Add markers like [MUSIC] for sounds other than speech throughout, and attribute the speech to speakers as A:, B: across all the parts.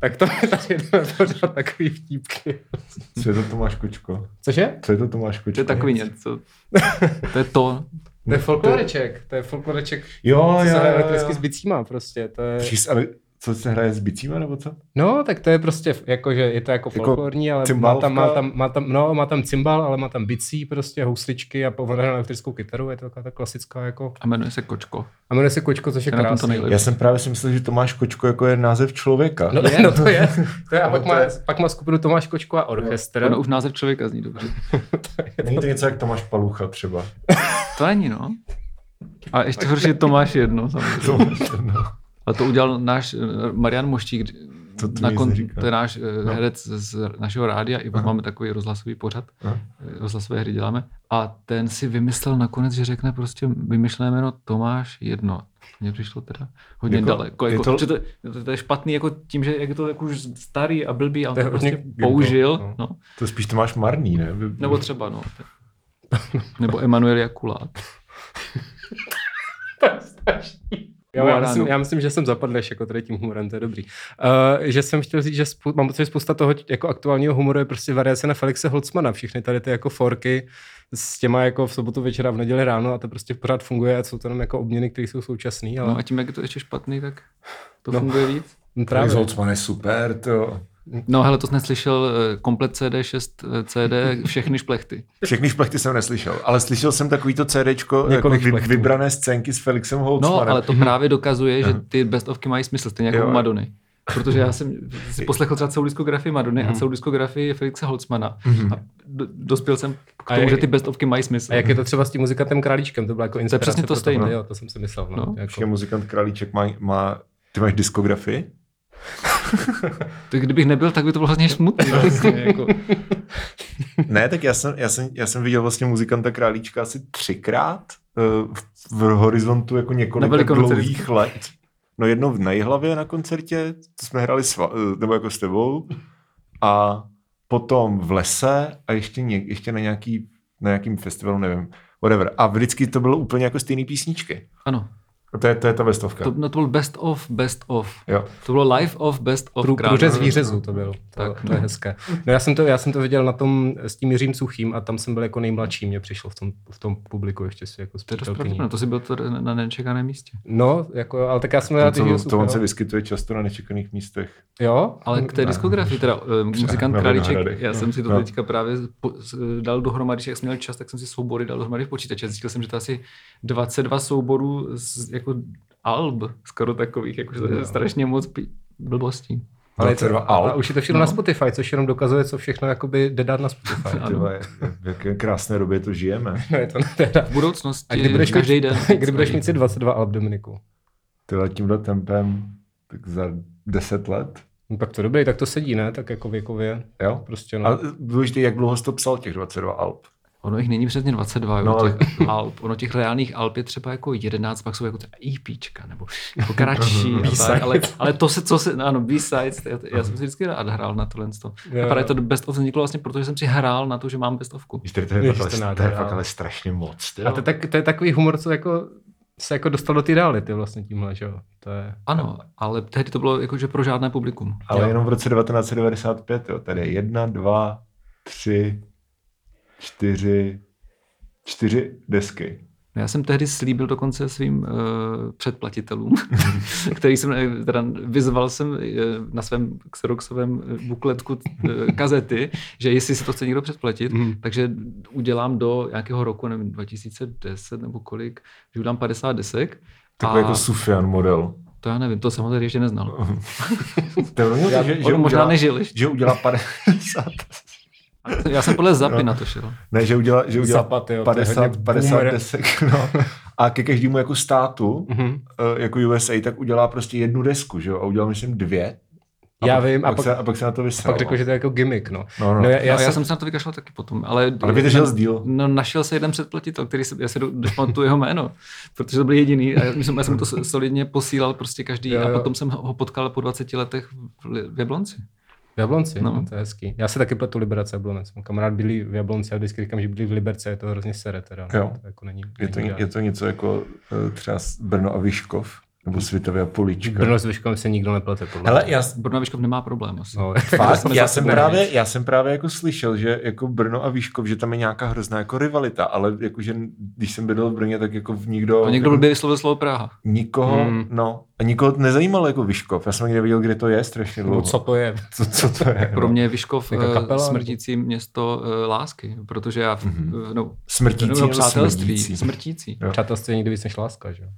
A: Tak to je tady pořád takový vtípky.
B: Co je to Tomáš Kočko?
A: Cože?
B: Co je to Tomáš Kočko?
C: To je takový něco. To je to.
A: To je folkloreček, to je folkloreček,
B: Jo,
A: co
B: No, jo,
A: se hraje
B: jo,
A: elektricky
B: jo.
A: s bicíma prostě, to je...
B: Přís, ale co se hraje s bicíma, nebo co?
A: No, tak to je prostě, jakože je to jako
B: Jako
A: folklorní, ale má
B: cymbalovka?
A: tam, má, tam, má, tam, no, má tam cymbal, ale má tam bicí, prostě housličky a po- on hraje na elektrickou kytaru, je to taková ta klasická jako...
C: A jmenuje se Kočko.
A: A jmenuje se Kočko, což je
C: Já na tom to
A: krásný.
C: nejlepší.
B: Já jsem právě si myslel, že Tomáš Kočko jako je název člověka.
A: No, je, no to je. To je a
B: No,
A: pak,
B: to
A: má,
B: je-
A: pak má skupinu Tomáš Kočko a orchestr.
C: Ono už název člověka zní dobře.
B: Není to něco jak Tomáš Palucha třeba.
C: To není, no. A ještě horší je Tomáš jedno, samozřejmě.
B: To, no.
C: A to udělal náš eh, Marian Moštík, kdy-
B: To ty
C: na
B: nic
C: kon,
B: neříkal.
C: to je náš no.
B: No.
C: herec z našeho rádia, i pak máme takový rozhlasový pořad,
B: Aha.
C: eh, rozhlasové hry děláme, a ten si vymyslel nakonec, že řekne prostě vymyšlené jméno Tomáš jedno. Mně přišlo teda hodně
B: Jako-
C: jako, daleko.
B: je
C: Jako,
B: to-
C: to... Že to, to, to, je špatný jako tím, že jak je to jako už starý a blbý a on
A: To je
C: to
A: hodně
C: prostě
A: gimpo,
C: použil.
A: no.
C: No. No.
B: to spíš Tomáš Marný, ne? Vy-
C: Nebo třeba, no. Nebo Emanuel Jakulát.
A: Jo, já,
C: Humoránu.
A: myslím, já myslím, že jsem zapadl až jako tady tím humorem, to je dobrý. Uh, že jsem chtěl říct, že spou- mám pocit, že spousta toho jako aktuálního humoru je prostě variace na Felixe Holcmana. Všechny tady ty jako forky s těma jako v sobotu večera, v neděli ráno a to prostě pořád funguje a jsou to jenom jako obměny, které jsou současné, ale
C: No a tím, jak je to ještě špatný, tak to no. funguje víc.
A: no,
B: Felix
A: právě.
B: Holtzman je super, to.
C: No hele, to jsi neslyšel, eh, komplet CD, 6 eh, CD, všechny šplechty.
B: Všechny šplechty jsem neslyšel, ale slyšel jsem takovýto CDčko,
A: Několik
B: jako vy,
A: šplechtů.
B: vybrané scénky s Felixem
C: No,
B: Holtzmanem.
C: ale to právě dokazuje, že ty bestovky mají smysl, stejně jako
B: Jo.
C: u Madony. Protože já jsem si poslechl třeba celou diskografii Madony a celou diskografii Felixa Holzmana. A do- dospěl jsem
A: A
C: k tomu,
A: je-
C: že ty bestovky mají smysl.
A: A jak je to třeba s tím muzikantem Králíčkem, to byla jako inspirace.
C: přesně to
A: pro
C: stejné.
A: video, to jsem si myslel. No,
C: No.
B: Počkej,
A: jako.
B: muzikant Králíček má, má... Ty máš diskografii?
C: Tak kdybych nebyl, tak by to bylo hrozně smutné. Vlastně, jako.
B: Ne, tak já jsem, já jsem, já jsem viděl vlastně muzikanta Králíčka asi třikrát eh, v, v horizontu jako
C: Na
B: několika
C: Velikonoce
B: dlouhých let. No jednou v Najhlavě na koncertě, to jsme hráli s, va- eh, nebo jako s tebou, a potom v lese a ještě, ně, ještě na, nějaký, na nějakým festivalu, nevím, whatever. A vždycky to bylo úplně jako stejný písničky.
C: Ano,
B: A to je, to je ta bestovka.
C: to, no, to byl best of, best of.
B: Jo.
C: To bylo live of, best of.
A: Prů,
C: krát.
A: průřez výřezů to byl. To,
C: Tak,
A: tak, to je
C: no.
A: hezké. No já jsem to, já jsem to viděl na tom s tím Jiřím Suchým a tam jsem byl jako nejmladší, mě přišlo v tom, v tom publiku ještě si jako
C: To je dost
A: zpřítelkyní.
C: pravděpodobné, to si byl to na na nečekaném místě.
A: No, jako, ale tak já no. jsem
B: To,
A: rád, že
B: to,
A: Jiřího
B: to on se
A: Suchého.
B: vyskytuje často na nečekaných místech.
A: Jo, Mm,
C: Ale k té diskografii, teda eh, muzikant
B: na
C: Králíček,
B: Vinohradech,
C: já
B: no.
C: jsem si to
B: No.
C: teďka právě po- s- dal dohromady, že jak jsem měl čas, tak jsem si soubory dal dohromady v počítači. Zjistil jsem, že to asi 22 souborů z, jako alb, skoro takových, jakože to je strašně moc pí- blbostí.
A: ale je to,
B: 22
A: a
B: alb.
A: už je to všechno
C: No.
A: na Spotify, což jenom dokazuje, co všechno jakoby jde dát na Spotify.
C: Ano.
B: Ty vole, v jaké krásné době to žijeme.
A: [LAUGHS] No, je to teda.
C: V budoucnosti
A: A kdy budeš,
C: každý
A: mít,
C: den.
A: [LAUGHS] kdy budeš mít si 22 alb, Dominiku?
B: Tyhle tímhle tempem, tak za 10 let.
A: No, tak to dobrý, tak to sedí, ne? Tak jako věkově.
B: Jo?
A: Prostě no.
B: A důležité, jak dlouho jsi to psal, těch 22 alb?
C: Ono jich není přesně 22,
B: No,
C: no,
B: ale-
C: těch [LAUGHS] alb. Ono těch reálných alb je třeba jako 11, pak jsou jako třeba EPčka, nebo jako kratší. a tak, ale, ale, to se, co se, no ano, B-sides, já, já jsem si vždycky rád hrál na tohle. To.
A: Jo,
C: A právě
A: jo.
C: to Best of vzniklo vlastně, protože jsem si hrál na to, že mám Best ofku.
B: Víš, tady to
A: Ježiš,
B: je, fakt,
A: to
B: ale, to je
A: nádhera. no.
B: fakt ale strašně moc. Ty
A: A to, je tak, to je takový humor, co jako se jako dostal do té reality vlastně tímhle, že jo? To je...
C: Ano, ale tehdy to bylo jakože pro žádné publikum.
B: ale jenom v roce 1995, jo. Tady je 1, 2, 3, 4, 4 desky.
C: No, Já jsem tehdy slíbil dokonce svým uh, předplatitelům, [LAUGHS] který jsem, eh, teda vyzval jsem eh, na svém Xeroxovém eh, bukletku eh, kazety, že jestli si to chce někdo předplatit,
A: Mhm.
C: takže udělám do nějakého roku, nevím, 2010 nebo kolik, že udělám 50 desek.
B: Takový jako Sufian model.
C: To já nevím, to samozřejmě ještě neznal.
B: To je, že, že,
C: Ono možná nežil ještě.
B: že udělá 50,
C: Já jsem podle Zapy na to šel. No,
B: ne, že udělá, že udělá
A: Zapat, jo, to je
B: 50,
A: hodně
B: 50
A: boomer.
B: desek, no. A ke každému jako státu,
A: Mhm.
B: eh, jako USA, tak udělá prostě jednu desku, že jo? A udělal, myslím, dvě. A
A: Já
B: pak,
A: vím, a
B: pak,
A: pak-
B: se, a pak se na to vysel.
A: Pak řekl, že to je jako gimmick, no.
B: No,
A: já,
B: no.
C: Já, no, jsem... já jsem se na to vykašlal taky potom, ale...
B: Ale vydržel jsi díl.
C: No, našel se jeden předplatitel, který se, já se tu jeho jméno, protože to byl jediný a já, myslím, já jsem to so- solidně posílal prostě každý
A: Jo,
C: jo, jo.
A: jo.
C: a potom jsem ho ho potkal po 20 letech v, Li- v Jablonci.
A: V Jablonci,
C: No.
A: no. to je hezký. Já se taky pletu Liberace a Jablonec. Mám kamarád byli v Jablonci a vždycky říkám, že byli v Liberce, je to hrozně sere teda. no.
B: Jo.
A: To jako není,
B: Je to,
A: není
B: je
A: ideální.
B: to něco jako eh, třeba s Brno a Vyškov. Nebo Světová polička.
A: Brno s Vyškom se nikdo neplete, podle
B: Hele,
A: mě.
B: já,
C: Brno Vyškov nemá problém asi.
A: No, [LAUGHS]
B: Fakt?
C: jsme
B: Já
C: zase
B: jsem,
C: brali.
B: právě, já jsem právě jako slyšel, že jako Brno a Výškov, že tam je nějaká hrozná jako rivalita, ale jakože když jsem bydlel v Brně, tak jako v nikdo...
C: A někdo blbě vyslovil slovo Praha.
B: Nikoho,
A: Hmm.
B: hmm. no. A nikoho to nezajímalo jako Výškov. Já jsem někde viděl, kde to je strašně dlouho.
A: no, co to je?
B: Co, co to je?
C: Pro
B: no?
C: mě je Vyškov
A: Jako
C: eh,
A: kapela, nebo-
C: smrtící město eh, lásky, protože já, v-
B: Mhm.
C: no,
B: Smrtící
C: no,
B: nebo
C: přátelství,
B: smrdící?
C: smrtící,
B: Jo.
A: Přátelství je nikdy víc než láska, že jo?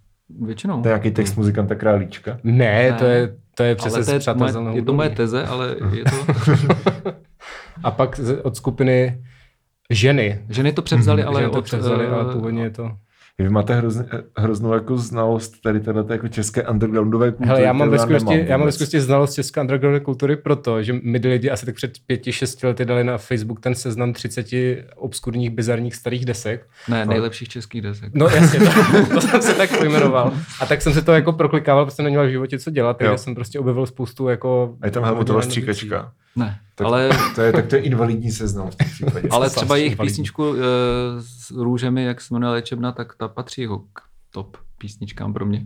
C: většinou.
B: To je nějaký text muzikanta Králíčka.
A: Ne, to
C: Ne.
A: je, to je
C: ale
A: přece
C: to je,
A: z
C: moje,
A: přátelzelného
C: je to moje
A: údolí.
C: teze, ale je to,
A: A pak z, od skupiny ženy.
C: ženy to převzali, ale
A: Mhm. ženy to
C: od,
A: převzali,
C: eh,
A: ale původně je to...
B: Vy máte hrozně, hroznou jako znalost tady téhle jako české undergroundové kultury.
A: Hele, já mám,
B: kterou
A: ve zkušenosti,
B: nemám
A: já mám ve
B: vůbec.
A: zkušenosti znalost české undergroundové kultury proto, že my lidi asi tak před pěti, šesti lety dali na Facebook ten seznam 30 obskurních, bizarních starých desek.
C: ne, nejlepších českých desek.
A: No jasně, to,
B: [LAUGHS]
A: to jsem se tak pojmenoval. A tak jsem se to jako proklikával, protože jsem neměl v životě co dělat, takže
B: Jo.
A: jsem prostě objevil spoustu jako...
B: A je tam Helmutova
A: hodně
B: stříkačka.
C: Ne,
B: Tak-
C: ale,
B: To je, tak to je invalidní seznam v tom případě.
C: ale
A: jsem
C: třeba jejich
A: invalidní.
C: písničku eh, s růžemi, jak se jmenuje léčebna, tak ta patří jako k top písničkám pro mě.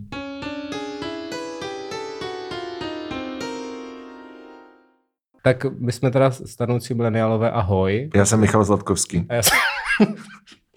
A: Tak my jsme teda starnoucí mileniálové, ahoj.
B: Já jsem Michal Zlatkovský.
A: A já jsem...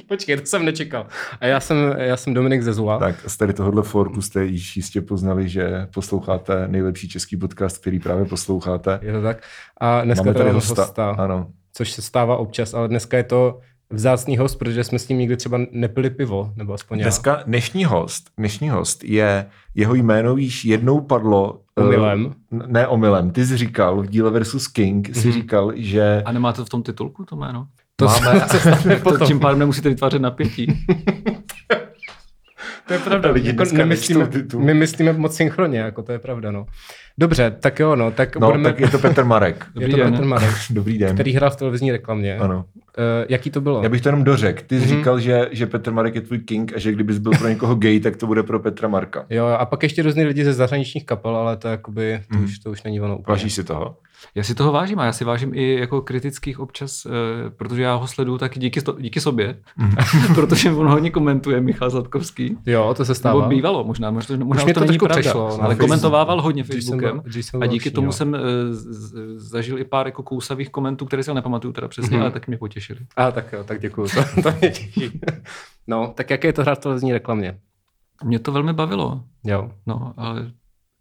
A: Počkej, to jsem nečekal. A já jsem, já jsem Dominik Zezula.
B: Tak z tady tohohle forku jste již jistě poznali, že posloucháte nejlepší český podcast, který právě posloucháte.
A: Je to tak. A dneska
B: Máme
A: tady
B: tady
A: máme
B: hosta.
A: hosta,
B: Ano.
A: což se stává občas, ale dneska je to vzácný host, protože jsme s ním nikdy třeba nepili pivo, nebo aspoň já.
B: Dneska dnešní host, dnešní host je, jeho jméno již jednou padlo. eh,
A: Omylem.
B: n- Ne omylem. Ty jsi říkal v díle versus King, jsi
A: Mhm.
B: říkal, že
C: A nemáte v tom titulku to jméno?
A: To
B: máme...
A: se
B: [LAUGHS]
A: stane
C: To,
A: potom.
C: tím pádem nemusíte vytvářet napětí.
A: To je pravda,
B: Lidi
A: jako
B: dneska
A: nemyslíme,
B: nečtou titul.
A: my myslíme moc synchronně, jako to je pravda, no. Dobře, tak jo, no, tak
B: No,
A: budeme...
B: tak je to Petr Marek.
A: je
C: Dobrý
A: to
C: den.
A: Petr [LAUGHS] Marek,
B: Dobrý den.
A: který hrál v televizní reklamě.
B: Ano.
A: Eh, jaký to bylo?
B: Já bych to jenom dořekl. Ty jsi
A: Mhm.
B: říkal, že, že Petr Marek je tvůj king a že kdybys byl pro někoho gay, tak to bude pro Petra Marka.
A: Jo, a pak ještě různý lidi ze zahraničních kapel, ale to jakoby,
B: Hmm.
A: to, už, to už není ono úplně.
B: Vážíš si toho?
C: Já si toho vážím a já si vážím i jako kritických občas, eh, protože já ho sleduju taky díky, to, díky sobě,
A: Mhm.
C: [LAUGHS] protože on hodně komentuje Michal Zlatkovský.
A: Jo, to se
C: Nebo
A: stává.
C: bývalo, možná, možná, možná
A: Už
C: už
A: mě
C: to,
A: to
C: není
A: trošku
C: pravda,
A: přešlo na
C: ale
A: Facebooku.
C: komentovával hodně
A: Když jsem byl-
C: Facebookem
A: když jsem
C: a
A: byl
C: díky
A: roční,
C: tomu
A: jo.
C: jsem eh, z- z- zažil i pár jako kousavých komentů, které si ale nepamatuju teda přesně,
A: Mhm.
C: ale tak mě potěšili.
A: A tak jo, tak děkuju. To, to mě těší. No, tak jaké je to hrát v televizní reklamě?
C: Mě to velmi bavilo,
A: Jo,
C: no, ale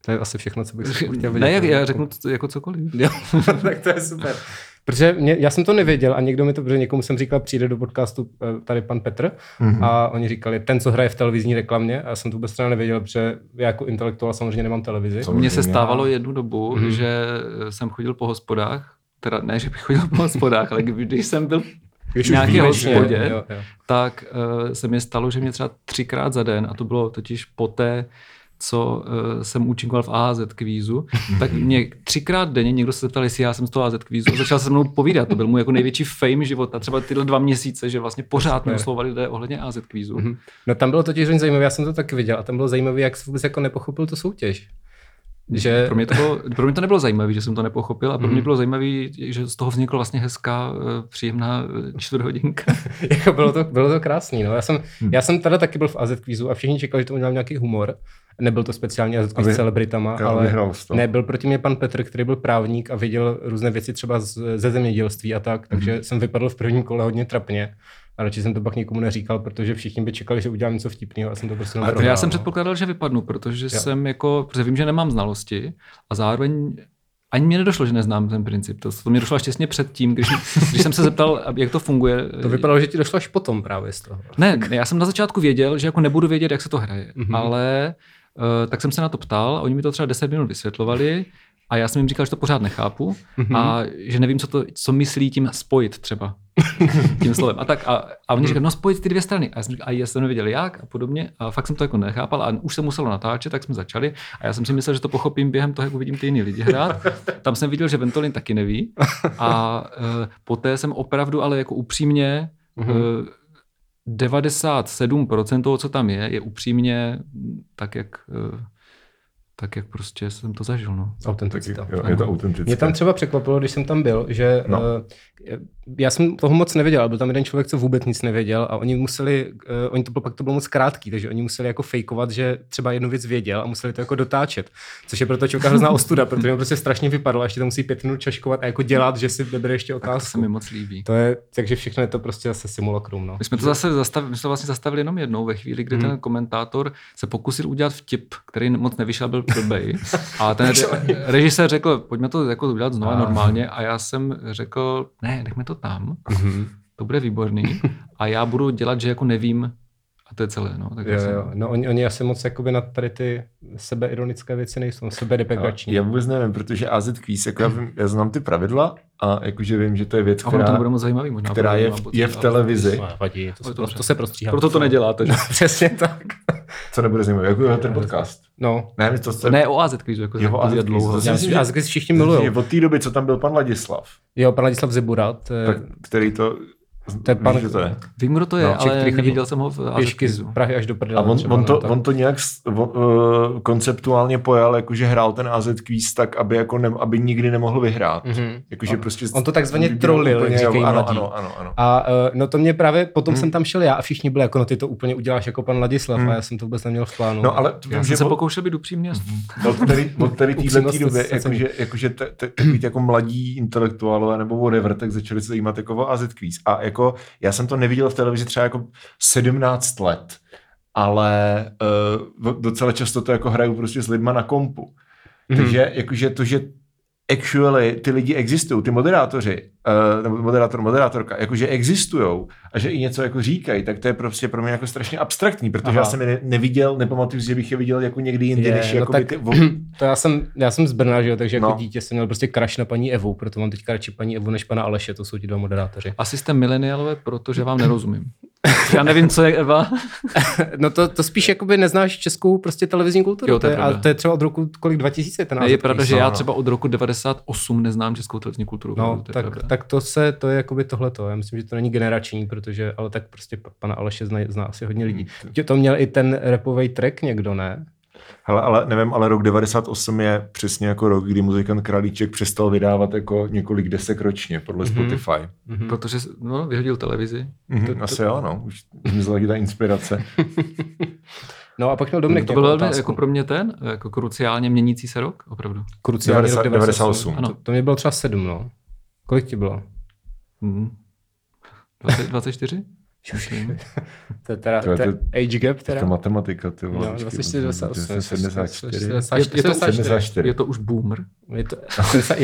A: to je asi všechno, co bych
C: [LAUGHS]
A: chtěl vidět.
C: ne, jak, já řeknu to jako cokoliv.
A: Jo, [LAUGHS] tak to je super. Protože mě, já jsem to nevěděl a někdo mi to, protože někomu jsem říkal, přijde do podcastu eh, tady pan Petr mm-hmm. a oni říkali, ten, co hraje v televizní reklamě, a já jsem to vůbec teda nevěděl, protože já jako intelektuál samozřejmě nemám televizi.
B: Co?
C: Mně se
B: Samozřejmě.
C: stávalo jednu dobu,
A: Mhm.
C: mm. že eh, jsem chodil po hospodách, teda ne, že bych chodil po hospodách, ale když jsem byl
A: Když
C: v nějaké
A: výjimečně,
C: hospodě,
A: jo, jo.
C: tak uh, se mi stalo, že mě třeba třikrát za den, a to bylo totiž poté, co uh, jsem účinkoval v AZ kvízu,
A: Mhm.
C: tak mě třikrát denně někdo se zeptal, jestli já jsem z toho AZ kvízu a začal se mnou povídat. To byl můj jako největší fame života, třeba tyhle dva měsíce, že vlastně pořád mě
A: Super.
C: oslovovali lidé ohledně AZ kvízu.
A: Mhm. No tam bylo totiž hodně zajímavé, já jsem to taky viděl a tam bylo zajímavé, jak jsi vůbec jako nepochopil tu soutěž. Že Mhm.
C: Pro mě, to bylo, pro mě to nebylo zajímavé, že jsem to nepochopil a pro mě bylo zajímavé, že z toho vznikla vlastně hezká, eh, příjemná eh, čtvrthodinka.
A: [LAUGHS] jako bylo, to, bylo to krásný. No. Já, jsem, já jsem teda taky byl v AZ kvízu a všichni čekali, že to udělám nějaký humor. Nebyl to speciálně AZ kvíz
B: Aby-
A: s celebritama,
B: jo,
A: ale
B: vyhrál jsi to.
A: nebyl proti mě pan Petr, který byl právník a viděl různé věci třeba z, ze zemědělství a tak, takže jsem vypadl v prvním kole hodně trapně. A radši jsem to pak nikomu neříkal, protože všichni by čekali, že udělám něco vtipného a jsem to prostě jenom
C: Já
A: prohrál,
C: jsem
A: no.
C: předpokládal, že vypadnu, protože jsem jako, protože vím, že nemám znalosti a zároveň ani mě nedošlo, že neznám ten princip. To, to mě došlo až těsně předtím, když, když jsem se zeptal, jak to funguje.
A: To vypadalo, že ti došlo až potom právě z toho.
C: Ne, ne, já jsem na začátku věděl, že jako nebudu vědět, jak se to hraje, mm-hmm. ale uh, tak jsem se na to ptal, a oni mi to třeba 10 minut vysvětlovali a já jsem jim říkal, že to pořád nechápu mm-hmm. a že nevím, co, to, co myslí tím spojit třeba. tím slovem. A tak a, a oni říkali, no spojit ty dvě strany. A já jsem, říkal, a já jsem nevěděl jak a podobně. A fakt jsem to jako nechápal a už se muselo natáčet, tak jsme začali. A já jsem si myslel, že to pochopím během toho, jak uvidím ty jiný lidi hrát. Tam jsem viděl, že Ventolin taky neví. A uh, poté jsem opravdu, ale jako upřímně,
A: Mhm. Hmm.
C: mm-hmm. 97% toho, co tam je, je upřímně tak, jak, eh, tak, jak prostě jsem to zažil. No.
A: Eh,
B: Taky,
A: Autenticita.
B: jo, je to autentické.
A: Mě tam třeba překvapilo, když jsem tam byl, že
B: No.
A: no. já jsem toho moc nevěděl, ale byl tam jeden člověk, co vůbec nic nevěděl a oni museli, uh, oni to bylo, pak to bylo moc krátký, takže oni museli jako fejkovat, že třeba jednu věc věděl a museli to jako dotáčet, což je pro toho člověka hrozná ostuda, protože on prostě strašně vypadl a ještě to musí pět minut čaškovat a jako dělat, že si vybere ještě
C: To se
A: otázku.
C: mi moc líbí.
A: To je, takže všechno je to prostě zase simulakrum, no.
C: My jsme to zase zastavili, my jsme to vlastně zastavili jenom jednou ve chvíli,
A: Hmm.
C: kdy ten komentátor se pokusil udělat vtip, který moc nevyšel, byl blbej. A ten re- režisér řekl, pojďme to jako udělat znova normálně. A já jsem řekl, ne, nechme to tam,
A: Mhm.
C: to bude výborný. A já budu dělat, že jako nevím. A to je celé. No, tak
A: Jo,
C: jsem-
A: jo. No oni, oni asi moc jakoby na tady ty sebeironické věci nejsou, no, sebedepekační.
B: Já vůbec nevím, protože AZ Quiz, jako já, vím, já znám ty pravidla a jakože vím, že to je věc,
C: A ono to nebude
B: která,
C: moc zajímavý. Možná
B: která
C: bude
B: je,
C: zajímavý,
B: v, je v
C: ale-
B: televizi.
A: Vadí, to,
C: Ale
A: se,
C: dobře.
A: to se prostříhá.
C: Proto to neděláte. Že?
A: No, [LAUGHS] Přesně tak.
B: Co nebude zajímavé, jako je ten podcast.
A: No,
B: Ne, to, to,
C: Ne o AZ kvízu, jako
B: Jo,
C: jo,
B: AZ
C: AZ
B: kvízu,
C: dlouho.
B: to
A: já
B: myslím,
A: myslím,
B: že-
A: že Asgis všichni milují.
B: Od té doby, co tam byl pan Ladislav,
A: Jo, eh, pan Ladislav Zibura, to je
B: tak, který to,
A: To je pan-
B: víš, kdo to je.
C: Vím, kdo to je,
A: No,
C: no,
A: Čech,
C: ale
A: který chodí-
C: neviděl jsem ho v AZ
A: pěšky z
C: kvízu.
A: Prahy až do prdele.
B: A on,
A: třeba,
B: on,
A: no,
B: to,
A: tak.
B: on to nějak s- on, uh, konceptuálně pojal, jakože hrál ten AZ Quiz tak, aby, jako ne, aby nikdy nemohl vyhrát.
A: Mhm.
B: Jakože prostě
A: on to takzvaně
B: vybíral
A: trolil,
B: úplně,
A: jak říkají
B: jo, ano,
A: mladí.
B: ano, ano, ano.
A: A eh, no to mě právě, potom jsem tam šel já a všichni byli jako, no ty to úplně uděláš jako pan Ladislav a já jsem to vůbec neměl v plánu.
B: No ale vím,
C: Já jsem
B: že
C: se
B: od,
C: pokoušel být upřímně.
B: od tady, od
A: [LAUGHS]
B: tady téhle
A: Upřímnost
B: doby,
A: se cení.
B: jakože, jakože te, te, takový ty jako mladí intelektuálové nebo whatever, tak začali se zajímat jako o AZ Quiz. A jako já jsem to neviděl v televizi třeba jako 17 let, ale uh, docela často to jako hraju prostě s lidma na kompu.
A: Mhm.
B: Takže jakože to, že actually ty lidi existují, ty moderátoři, eh, nebo moderátor, moderátorka, jakože existují a že i něco jako říkají, tak to je prostě pro mě jako strašně abstraktní, protože
A: Aha.
B: já jsem je ne- neviděl, nepamatuju, si, že bych je viděl jako někdy jindy,
A: Je,
B: než
A: no
B: jako
A: tak-
B: [CLEARS THROAT] ty... Vo...
A: To já jsem, já jsem z Brna, že jo, takže jako
B: No.
A: dítě jsem měl prostě kraš na paní Evu, proto mám teďka radši paní Evu než pana Aleše, to jsou ti dva moderátoři.
C: Asi jste mileniálové, protože vám nerozumím. Já nevím, co je Eva.
A: [LAUGHS] No to, to spíš jakoby neznáš českou prostě televizní kulturu.
C: Jo, to je
A: a
C: pravda.
A: to je třeba od roku kolik 2000 ten
C: Ne, je
A: AZKýs.
C: pravda, že
B: no,
C: já
B: no.
C: třeba od roku 98 neznám českou televizní kulturu.
A: No,
C: to je
A: tak,
C: pravda.
A: tak, to se, to je jakoby tohleto. Já myslím, že to není generační, protože, ale tak prostě pa- pana Aleše zná, zná asi hodně lidí.
B: Hmm.
A: Tě to měl i ten repový track někdo, ne?
B: Hele, ale nevím, ale rok 98 je přesně jako rok, kdy muzikant Králíček přestal vydávat jako několik desek ročně podle
A: Mhm.
B: Spotify. Mm-hmm.
C: Protože no, vyhodil televizi.
B: To, to... Asi jo, no, už zmizela ti ta inspirace.
A: No a pak měl Dominik
C: To byl velmi
A: nějakou
C: jako
A: otázku.
C: pro mě ten, jako kruciálně měnící se rok, opravdu.
A: Kruciální
B: 90
A: rok 98.
B: 98.
A: To, to mě bylo třeba sedm, no. Kolik ti bylo?
C: Hmm. 20, 24? Myslím.
A: [LAUGHS] To je teda
B: To je
A: to je
B: to-
A: age gap, teda.
B: Ta matematika, ty vole.
A: No,
B: počkej,
A: 24,
B: to je
A: 98,
B: 74.
A: 74.
B: 74.
C: Je to už boomer.
A: Je
B: [LAUGHS]
A: to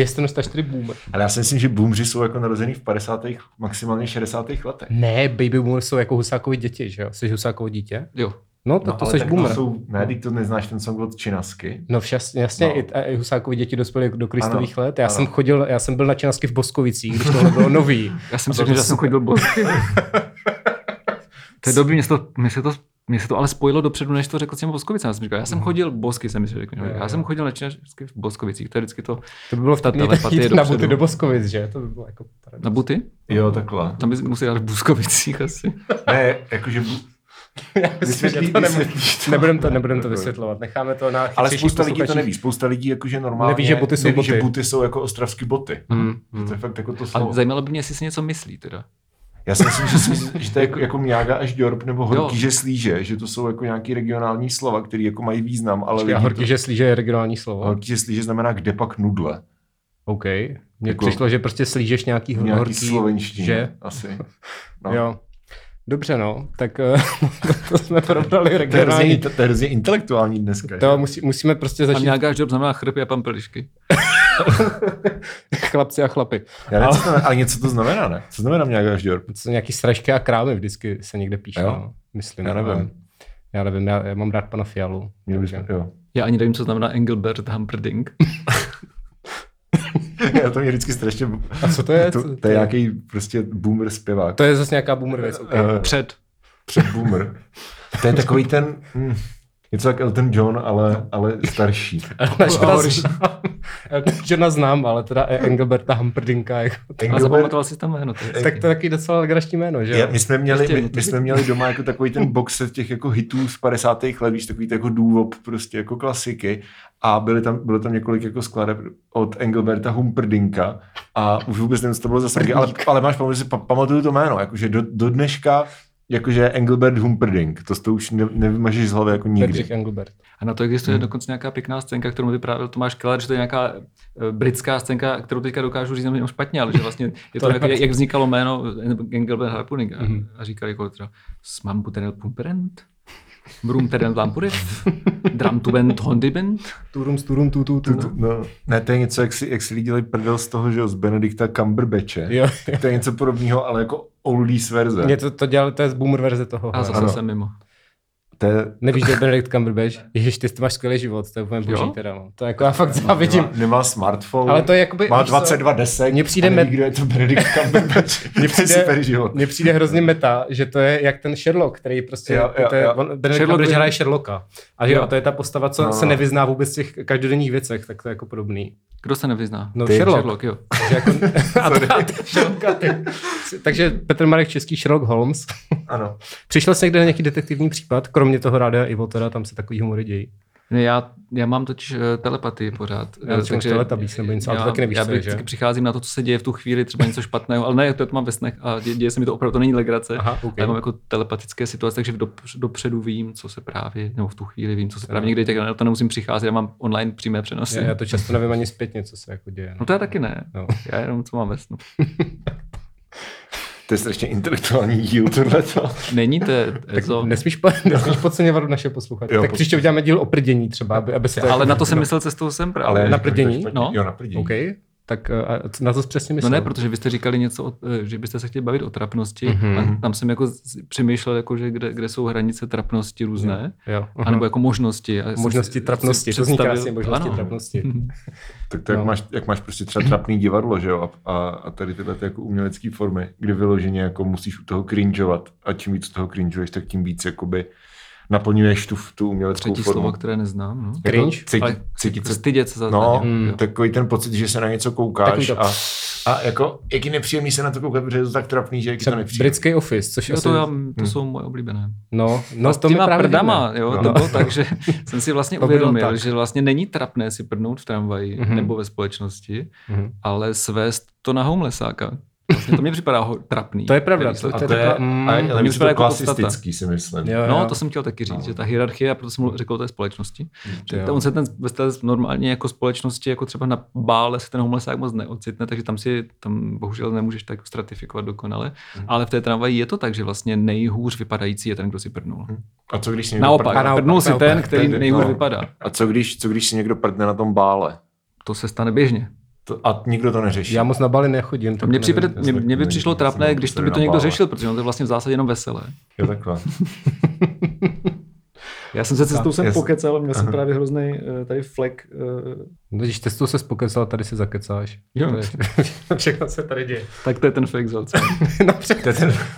A: 74 boomer.
B: Ale já si myslím, že boomři jsou jako narozený v 50. maximálně 60. letech.
A: Ne, baby boomer jsou jako husákovi děti, že jo? Jsi husákovo dítě?
C: Jo.
A: No, tak to
B: ale
A: seš
B: tak
A: boomer.
B: To jsou, ne, teď to neznáš ten song od Činasky.
A: No včas, jasně,
B: No.
A: no. I, a i Husákovi děti dospěly do Kristových
B: Ano,
A: let. Já
B: ano.
A: jsem chodil, já jsem byl na Činasky v Boskovicích, když tohle bylo
B: [LAUGHS]
A: nový.
C: Já jsem
A: A
C: si
A: bylo
C: řekl, že
A: to
C: jsem chodil
A: [LAUGHS]
C: bosky. to je dobrý, mě se to, mě se to mě se to ale spojilo dopředu, než to řekl s těmi Boskovicem. Já jsem říkal, já jsem chodil bosky, jsem si řekl.
A: Mhm. Jo, jo.
C: Já jsem chodil na Činařsky v Boskovicích, to je vždycky to
A: To by bylo v
C: Ta telepatie
A: jít na
C: dopředu.
A: buty do Boskovic, že? To by bylo jako... paradox.
C: na buty.
B: Jo, takhle.
C: Tam by musel dát v Boskovicích asi.
B: Ne,
A: [LAUGHS]
B: jakože... bu-
A: [LAUGHS] Já myslím, že
B: Vysvětlí-
A: to nebudem,
B: vysvětlíš to.
A: nebudem to, nebudem to
B: Takhle.
A: vysvětlovat. Necháme to na
B: Ale
A: chytřejších
B: spousta lidí to
A: posluchačích.
B: neví. Spousta lidí jakože normálně
A: Neví, že boty jsou
B: neví, že
A: boty.
B: boty jsou jako ostravský boty.
A: Hmm,
B: To je fakt jako to slovo.
A: No.
C: Ale zajímalo by mě, jestli si něco myslí teda.
B: Já si myslím, že, si, že to je jako, jako mňága až děrb nebo horký,
C: Jo.
B: že slíže, že to jsou jako nějaký regionální slova, které jako mají význam, ale
A: Počkej, a
B: lidi
A: horký,
B: to,
A: že slíže je regionální slovo.
B: horký, že slíže znamená kde pak nudle.
A: OK. Mně
B: Jako-
A: přišlo, že prostě slížeš nějaký,
B: V nějaký
A: horký...
B: slovenštině
A: že?
B: asi.
A: No. Jo. Dobře, no. Tak eh, [LAUGHS] to jsme probrali
B: To je, hrozně,
A: regionální.
B: inte- to je hrozně intelektuální dneska.
A: To musí, musíme prostě
C: A
A: začít
C: nějaká job znamená chrpy a pampelišky.
A: chlapci a chlapy.
B: Já nevím, co to znamená, ale něco to znamená, ne? Co znamená nějaká až děrb?
A: Co nějaký sračky a krámy vždycky se někde píše,
B: Jo?
A: no, myslím.
B: Já nevím.
A: ale- Já nevím, já, já mám rád pana Fialu.
B: Měli bychom, jo. [LAUGHS]
C: Já ani nevím, co znamená Engelbert Humperdinck.
B: Já to mě vždycky strašně...
A: A co to je? Co
B: To, to
A: to
B: je
A: je?
B: nějaký prostě boomer zpěvák.
A: To je zase nějaká boomer věc. Okay. [LAUGHS]
B: Eh,
C: Před.
B: před boomer. To je takový ten... Hm, něco jak Elton John, ale, ale starší.
A: Johna znám, [LAUGHS] Johna znám, ale teda E- Engelberta Humperdinka. Jako,
C: A
B: Engelbert,
C: zapamatoval si tam jméno. To je
B: Eh,
C: hezký.
A: tak to je taky docela legrační jméno, že?
B: já,
A: jo?
B: my, jsme měli,
C: Prostě,
B: my,
C: no to-
B: my, jsme měli doma jako takový ten box set těch jako hitů z 50. let, víš, takový ty jako důvod, prostě jako klasiky. A byly tam, bylo tam několik jako skladeb od Engelberta Humperdinka, A už vůbec nevím, co to bylo za songy, ale, ale máš pamatuju, si pa, pamatuju to jméno, jakože do, do dneška, jakože Engelbert Humperdinck, to, to už ne, nevymažeš z hlavy jako nikdy.
A: Bedřich Engelbert.
C: A na to existuje hmm. dokonce nějaká pěkná scénka, kterou mi vyprávěl Tomáš Keller, že to je nějaká eh, britská scénka, kterou teďka dokážu říct jenom špatně, ale že
A: [LAUGHS]
C: vlastně je
A: To
C: to,
A: Hmm.
C: jako,
A: jo.
C: jak, jak vznikalo jméno Engelbert Harpuning a, a říkali jako třeba er Smambuterel Pumperent, Brumterel Lampurif,
A: [LAUGHS]
C: Dramtubent Hondibent.
A: Turum, turum, tu, tu,
B: Tu-
A: tu.
B: tu- No, ne, to je něco, jak si, jak si lidi dělají prdel z toho, že jo, z Benedikta Cumberbatche.
A: Jo,
B: Tak to je něco podobného, ale jako oldies verze.
A: Mě to, to dělal, to je z boomer verze toho.
C: A
A: hele.
C: zase
B: Ano.
C: jsem mimo.
B: To je,
A: Nevíš, že je Benedict Cumberbatch? Ježiš, ty, ty máš skvělý život, to je úplně boží teda. No. To jako já fakt závidím.
B: nemá, nemá smartphone,
A: Ale to je jakoby-
B: má
A: víš co?
B: 22 desek
A: Mně přijde
B: a neví,
A: med-
B: kdo je to Benedikt
A: [LAUGHS]
B: Cumberbatch. Mně přijde... super život.
A: Mně přijde hrozně meta, že to je jak ten Sherlock, který prostě,
B: Jo, jo,
A: to je,
B: jo.
A: on, Benedict
C: Sherlock
A: Cumberbatch
C: je-
A: hraje Sherlocka. A, že, jo.
C: Jo.
A: a to je ta postava, co
B: No,
A: no.
B: no.
A: se nevyzná vůbec v těch každodenních věcech, tak to je jako podobný.
C: Kdo se nevyzná?
A: No,
C: Ty.
A: Sherlock.
C: Sherlock, jo.
A: Takže jako,
B: [LAUGHS]
A: a to, a to, Sherlocka, ty. Takže Petr Marek, český Sherlock Holmes.
B: Ano.
A: Přišel jsi někde na nějaký detektivní případ, kromě toho Rádia Ivo, teda tam se takový humory dějí.
C: Ne, já, já mám totiž eh, telepatii pořád.
A: Já
C: eh,
A: třeba máš Teletubbies nebo něco, ale to taky nevíš,
C: já
A: co
C: bych,
A: je, že?
C: vždycky přicházím na to, co se děje v tu chvíli, třeba něco špatného, ale ne, to, to mám ve snech a dě, děje se mi to opravdu, to
A: [LAUGHS]
C: není legrace.
A: Aha, ok.
C: Ale Já mám jako telepatické situace, takže do, dopředu vím, co se právě, nebo v tu chvíli vím, co se právě někde, tak na to nemusím přicházet, já mám online přímé přenosy.
A: Já, já to často nevím ani zpětně, co se jako děje.
C: No to já taky ne.
A: No.
C: Já jenom co mám ve snu.
B: To je strašně intelektuální díl tohleto.
C: Není to je
A: [LAUGHS] Tak
C: zo.
A: nesmíš, po- [LAUGHS] nesmíš podceňovat naše posluchače.
B: Jo,
A: Tak
B: po-
A: příště uděláme díl o prdění třeba, aby, aby se to...
C: Ale na to jsem myslel cestou sem právě.
B: Ale
A: Na prdění?
C: No.
B: Jo, na prdění.
A: OK, tak eh, a co- na to jsi přesně
C: No
A: myslel.
C: ne, protože vy jste říkali něco, o, eh, že byste se chtěli bavit o trapnosti.
A: Mhm.
C: Mm-hmm. A tam jsem jako z- přemýšlel, jako, že kde, kde jsou hranice trapnosti různé.
A: Jo.
C: A nebo jako možnosti. A já jsem
A: Mhm. Možnosti
C: si-
A: trapnosti,
C: si
A: to zní
C: představil-
A: krásně, možnosti
C: ano. Hm.
A: trapnosti.
B: Tak to, jak,
A: No.
B: máš, jak máš prostě třeba trapný divadlo, že jo, a, a, a tady tyhle ty jako umělecké formy, kdy vyloženě jako musíš u toho cringeovat a čím víc u toho cringeuješ, tak tím víc jakoby naplňuješ tu, tu uměleckou
C: Třetí
B: formu.
C: slovo, které neznám. No.
B: Jako
A: Cringe?
B: Cítit,
C: Ale
B: cítit
C: jako
B: se
C: stydět se za
B: No,
C: za ně,
B: mm.
A: Hmm.
C: jo.
B: takový ten pocit, že se na něco
A: Takový
B: koukáš
A: to-
B: a, a jako, jak je nepříjemný se na to koukat, protože je to tak trapný, že jak je to
A: Třeba
B: nepříjemný.
A: britský office, což
C: Jo,
A: asi...
C: to, já, to jsou moje oblíbené.
A: No, no
C: To
A: to
C: S
A: mi
C: těma
A: právě
C: prdama,
A: vidíme.
C: jo,
B: No.
C: to bylo tak, že jsem si vlastně
A: To bylo
C: uvědomil,
A: tak.
C: že vlastně není trapné si prdnout v tramvaji
A: Mhm.
C: nebo ve společnosti,
A: Mhm.
C: ale svést to na homelessáka. Vlastně to mně připadá ho, trapný.
A: To je pravda,
C: ten
A: to-
C: výsledek.
B: A
A: To je
B: to je,
A: taková- mm,
B: a je- ale
C: mě
B: je
C: připadá
B: to
C: jako podstata.
B: klasistický, si
A: [LAUGHS]
B: myslím.
A: Jo,
C: No,
A: jo.
C: to jsem chtěl taky říct, že ta hierarchie, a proto jsem mluvil- řekl o té společnosti. Že
A: jo.
C: on se ten ve té normálně jako společnosti, jako třeba na bále se ten homelessák moc neocitne, takže tam si tam bohužel nemůžeš tak stratifikovat dokonale.
A: Mhm.
C: Ale v té tramvaji je to tak, že vlastně nejhůř vypadající je ten, kdo si prdnul.
B: A co když si někdo
C: Naopak,
B: prdne-
A: A naopak,
C: prdnul si
A: naopak,
C: ten, který
B: ten-
C: nejhůř
B: no.
C: vypadá.
B: A co když, co když si někdo prdne na tom bále?
C: To se stane běžně.
B: To, a nikdo to neřeší.
A: Já moc na Bali nechodím.
C: To
A: tak
C: mně,
A: nevím.
C: přijde,
B: já
C: mě,
B: taky
C: mě by
B: nevím,
C: přišlo
B: jestli
C: trapné,
B: někdo
C: když to
B: tady
C: by to
B: na
C: někdo
B: bále.
C: řešil, protože ono to je vlastně v zásadě jenom veselé.
B: Jo, takhle.
C: Já jsem se cestou sem
B: jasně.
C: pokecal, měl jsem právě hrozný eh, tady flek.
A: No, Když testu se spokecal, tady se zakecáš.
C: Jo.
A: To je- [LAUGHS] Všechno se tady děje.
C: Tak to je ten flek zelce.
A: Napřed.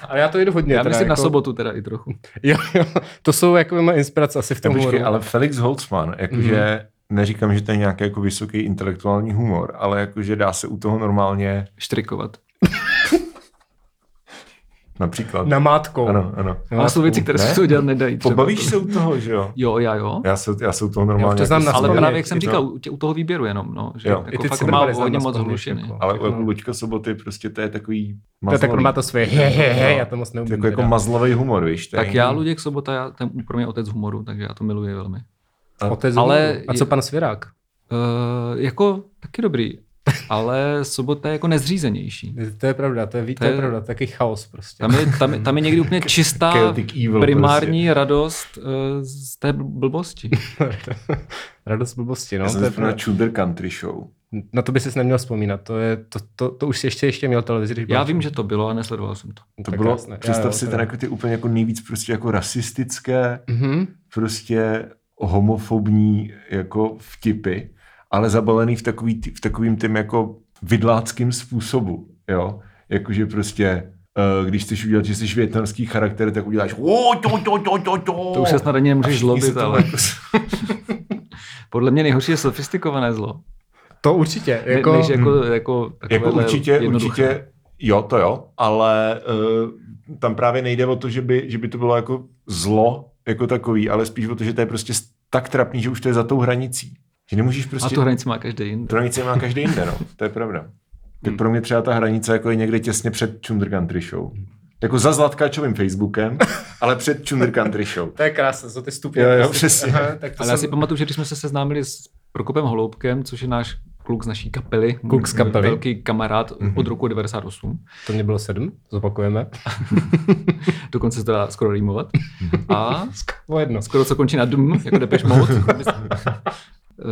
A: Ale já to jdu hodně.
C: Já
A: teda
C: myslím na
A: jako-
C: sobotu teda i trochu.
A: Jo, jo. To jsou jako moje inspirace asi v tom
B: No, počkej,
A: humoru.
B: ale Felix Holtzman, jakože neříkám, že to je nějaký jako vysoký intelektuální humor, ale jakože dá se u toho normálně
C: Štrikovat.
B: například.
A: Na mátkou.
B: Ano, ano.
C: Ale jsou věci, které
B: ne?
C: se to dělat nedají. No, třeba.
B: Pobavíš se u toho, že jo?
C: Jo, já jo.
B: Já se, já se u toho normálně... jako
A: to znám na
C: Ale
A: vzpomínek,
C: právě, jak jsem
A: no.
C: říkal, u, tě, u toho výběru jenom, no, že
B: Jo.
A: I
C: jako
A: ty
C: fakt má
A: cyberbary znám
C: hodně
A: na
C: moc
A: vzpomínek,
C: hlušiny.
A: jako.
B: Ale u jako
A: Všechno.
B: Luďka Soboty prostě to je takový
A: To tak on
B: mazlavý-
A: má to svoje he, he, he, já to moc neumím.
B: jako, jako
A: teda.
B: mazlový humor, víš? to je-
C: Tak já, Luděk Sobota, já, ten pro mě otec humoru, takže já to miluji velmi.
A: Otec
C: Ale-
A: ale... A co pan Svirák?
C: Uh, jako taky dobrý, ale Sobota je jako nezřízenější.
A: To je pravda, to je, to je, to
C: To
A: je
C: je-
A: pravda, taky chaos prostě.
C: Tam je, tam, je- tam je někdy úplně čistá
B: Chaotic prostě. evil
C: primární radost uh, z té bl- blbosti.
A: [LAUGHS] Radost blbosti, no.
B: Já jsem
A: to je
B: se na
A: pravda.
B: Tudor Country Show.
A: na to by ses neměl vzpomínat, to, je, to, to, to už si ještě, ještě měl televizi. když
C: Já
A: byl-
C: vím, že to bylo a nesledoval jsem to.
B: To
A: Tak
B: bylo,
A: jasné. Já,
B: představ
A: jo,
B: si
A: to
B: ten
A: jo.
B: jako ty úplně jako nejvíc prostě jako rasistické,
A: Mhm.
B: prostě homofobní jako vtipy, ale zabalený v, takový, ty- v takovým tím jako vidláckým způsobu, jo. Jakože prostě, eh, když chceš udělat, že jsi větnamský charakter, tak uděláš "Wo, to, to, to, to, to.
C: To už se snad ani
B: A
C: nemůžeš
B: všichni se
C: zlobit,
B: tomu
C: ale
B: jako-
C: podle mě nejhorší je sofistikované zlo.
A: To určitě.
C: Jako,
A: Jako,
C: než jako, jako,
B: Jako
C: takovéhle
B: určitě,
C: jednoduché.
B: určitě, jo, to jo, ale uh, tam právě nejde o to, že by, že by to bylo jako zlo jako takový, ale spíš o to, že to je prostě s- tak trapný, že už to je za tou hranicí. Že nemůžeš
C: A Hmm.
B: prostě...
C: tu hranici má každý jiný.
B: tu hranici má každý jinde, no. To je pravda. tak pro mě třeba ta hranice jako je někde těsně před Chunder Country Show. Jako za Zlatkáčovým
C: [LAUGHS]
B: Facebookem, ale před Chunder Country Show.
A: To je krásné, jsou ty stupně.
B: Jo, jo, přesně.
A: Aha, tak to
C: Ale
A: jsem...
C: já si pamatuju, že když jsme se seznámili s Prokopem Holoubkem, což je náš kluk z naší kapely,
A: Kluk z kapely.
C: velký kamarád
B: Mhm.
C: od roku 98,
A: To mě bylo sedm, zopakujeme.
C: dokonce se to dá skoro
A: [LAUGHS]
C: rýmovat, a
A: O jedno.
C: skoro co končí na dm, jako Depeche Mode.
A: [LAUGHS]
C: [LAUGHS] Eh,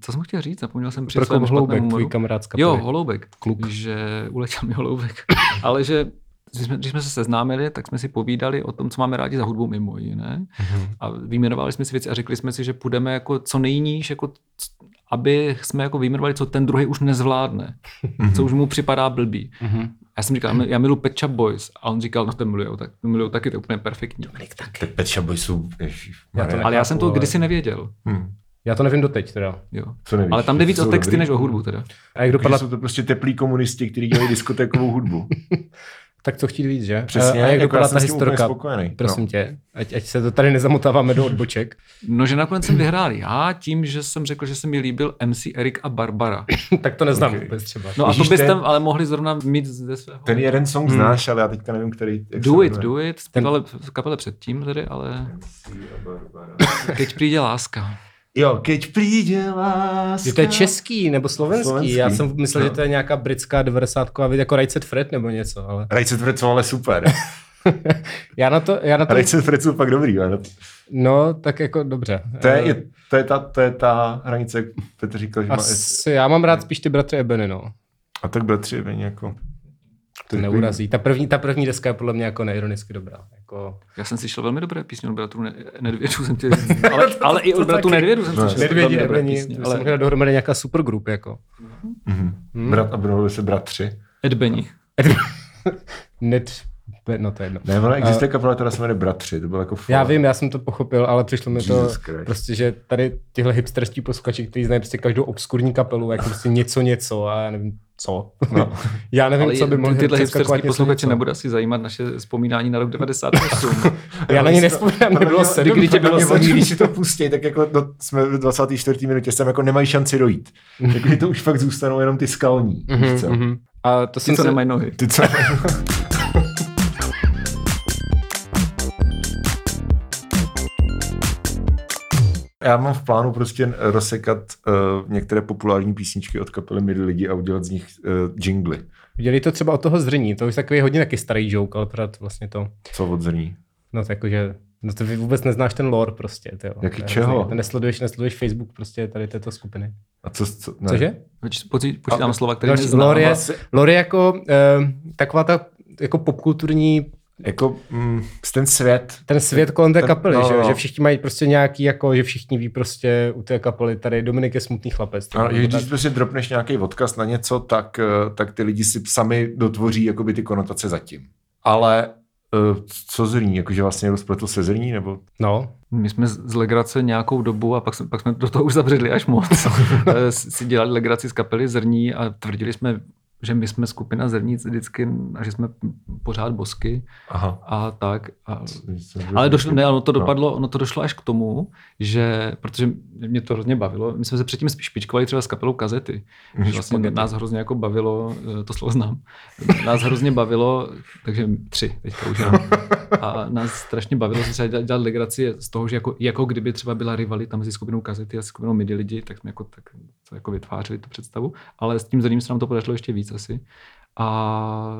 C: co jsem chtěl říct, zapomněl jsem při
A: Prokop
C: svém
A: Holoubek,
C: špatném
A: tvůj
C: humoru.
A: kamarád z kapely.
C: Jo, Holoubek.
A: Kluk.
C: Že uletěl mi Holoubek. [LAUGHS] Ale že když jsme, když jsme se seznámili, tak jsme si povídali o tom, co máme rádi za hudbu mimo jiné.
A: Mhm.
C: A vyjmenovali jsme si věci a řekli jsme si, že půjdeme jako co nejníž, jako, c- aby jsme jako vyjmenovali, co ten druhý už nezvládne.
A: Mhm.
C: co už mu připadá blbý. Já jsem říkal, já miluji Pet Shop Boys. A on říkal, no to miluju, tak to miluju taky, to je úplně perfektní.
B: Tak jako, Pet Shop Boys jsou,
A: Já to ne-
C: Ale já jsem to
A: Chápu, ale-
C: kdysi nevěděl.
B: Hm,
A: Já to nevím doteď teda.
C: Jo.
B: co nevíš?
C: Ale tam jde víc
B: Jsou
C: o texty
B: dobrý.
C: než o hudbu teda.
A: A jak dopadla,
B: Takže jsou to prostě teplí komunisti, kteří dělají diskotékovou hudbu.
A: tak co chtít víc, že?
B: Přesně,
A: a jak
B: jako
A: dopadla
B: já jsem
A: ta
B: s tím úplně
A: historka?
B: spokojený, no.
A: Prosím tě, ať, ať se to tady nezamotáváme do odboček. [LAUGHS]
C: No, že nakonec jsem vyhrál já tím, že jsem řekl, že se mi líbil MC Erik a Barbara.
A: tak to neznám okay. vůbec třeba.
C: No a to
B: Ježíš,
C: byste
B: ten-
C: ale mohli zrovna mít ze svého.
B: Ten jeden song
A: Hmm.
B: znáš, ale já teďka nevím, který. jak
C: Do
B: se
C: it,
B: jmenuje.
C: do it, zpívali v kapele předtím tedy, ale teď přijde láska.
B: Jo, keď přijde láska.
A: Že to je český nebo slovenský.
B: Slovenský.
A: Já jsem myslel,
B: No.
A: že to je nějaká britská 90 a jako Rajcet Fred nebo něco, ale
B: Rajce Fred jsou ale super. [LAUGHS]
A: já na to, já na to,
B: Rajce Fred jsou pak dobrý, ale
A: no tak jako dobře.
B: to je,
A: Eh,
B: je, to je, ta, to je ta hranice, jak Petr říkal, že má...
A: Asi, já mám rád spíš ty bratry Ebony, no.
B: A tak bratři, ven jako...
A: To neurazí. Ta první, ta první deska je podle mě jako neironicky dobrá. Jako,
C: Já jsem slyšel velmi dobré písně od bratrů ne- Nedvědů, jsem tě,
B: [LAUGHS]
C: ale, ale i od bratrů Nedvědů jsem
B: No.
C: slyšel
A: Nedvědi,
C: velmi dobré
A: Ebony,
C: písně.
A: to jsem
C: Ale
A: hledal dohromady nějaká supergroup, jako.
B: Hmm. Brat a jmenovali se bratři.
C: Edbeni.
A: Net, no to je jedno.
B: Ne, ale existuje kapela, která se jmenuje Bratři, to bylo jako...
A: Já
B: fakt-
A: vím, já jsem to pochopil, ale přišlo mi to
B: Jesus Christ.
A: prostě, že tady tyhle hipsterští posluchači, kteří znají prostě každou obskurní kapelu, jako prostě něco, něco a já nevím co. No. já nevím,
C: Ale
A: co by mohli
C: tyhle
A: přeskakovat
C: hipsterský
A: něco,
C: posluchače
A: něco.
C: nebude asi zajímat naše vzpomínání na
A: [LAUGHS]
C: rok 98.
A: Já na ně
B: Tam-
A: nespomínám,
B: tam
A: mi bylo
B: mě-
A: sedm.
C: Kdy tě bylo
B: Mě
C: sedm.
B: vadí, Když si to pustí, tak jako do, jsme v 24. minutě, sem jako nemají šanci dojít. Takže to už fakt zůstanou jenom ty skalní. víš co?
A: Mhm. A to
C: Ti,
A: jsem
C: co
A: se...
C: nemají nohy.
B: Ty co? Já mám v plánu prostě rozsekat uh, některé populární písničky od kapely Midi lidi a udělat z nich uh, jingly.
A: Viděli to třeba od toho zření, to už takový hodně taky starý joke, ale pořád vlastně to,
B: Co od zrní?
A: no to jakože, no to vy vůbec neznáš ten lore prostě, tyjo.
B: Jaký
A: To je
B: čeho?
A: hrozný. To nesleduješ, nesleduješ Facebook prostě tady této skupiny.
B: A co, co ne.
A: Cože?
C: Poč- poč- Počítám slova, které
A: Další,
C: neznám.
A: lore, je,
B: asi-
A: lore je jako eh, taková ta jako popkulturní
B: Jako mm, ten svět,
A: ten svět kolem té
B: Ten-
A: kapely,
B: no,
A: že,
B: no.
A: že všichni mají prostě nějaký, jako, že všichni ví prostě u té kapely, tady Dominik je smutný chlapec.
B: A
A: Nebo
B: když
A: tak.
B: prostě dropneš nějaký odkaz na něco, tak, eh, tak ty lidi si sami dotvoří jakoby ty konotace zatím. Ale eh, co zrní? Jakože vlastně někdo spletl se zrní? Nebo...
A: No,
C: My jsme z z legrace nějakou dobu a pak, jsme- pak jsme do toho už zabředli
A: [LAUGHS]
C: až moc. Eh, s- si dělali legraci z kapely Zrní a tvrdili jsme, že my jsme skupina Zrní vždycky a že jsme pořád bosky
B: Aha.
C: a tak. A, ale došlo, ne, ono to
A: No.
C: dopadlo, ono to došlo až k tomu, že, protože mě to hrozně bavilo, my jsme se předtím spíš špičkovali třeba s kapelou kazety,
B: Mhm.
C: že vlastně
A: Špagety.
C: nás hrozně jako bavilo, eh, to slovo znám, nás hrozně bavilo, takže tři teďka už jenom. A nás strašně bavilo se třeba dělat, dělat legraci z toho, že jako, jako kdyby třeba byla rivalita mezi skupinou kazety a skupinou midi lidi, tak jsme jako, tak, to jako vytvářeli tu představu, ale s tím zrním se nám to podařilo ještě víc asi. A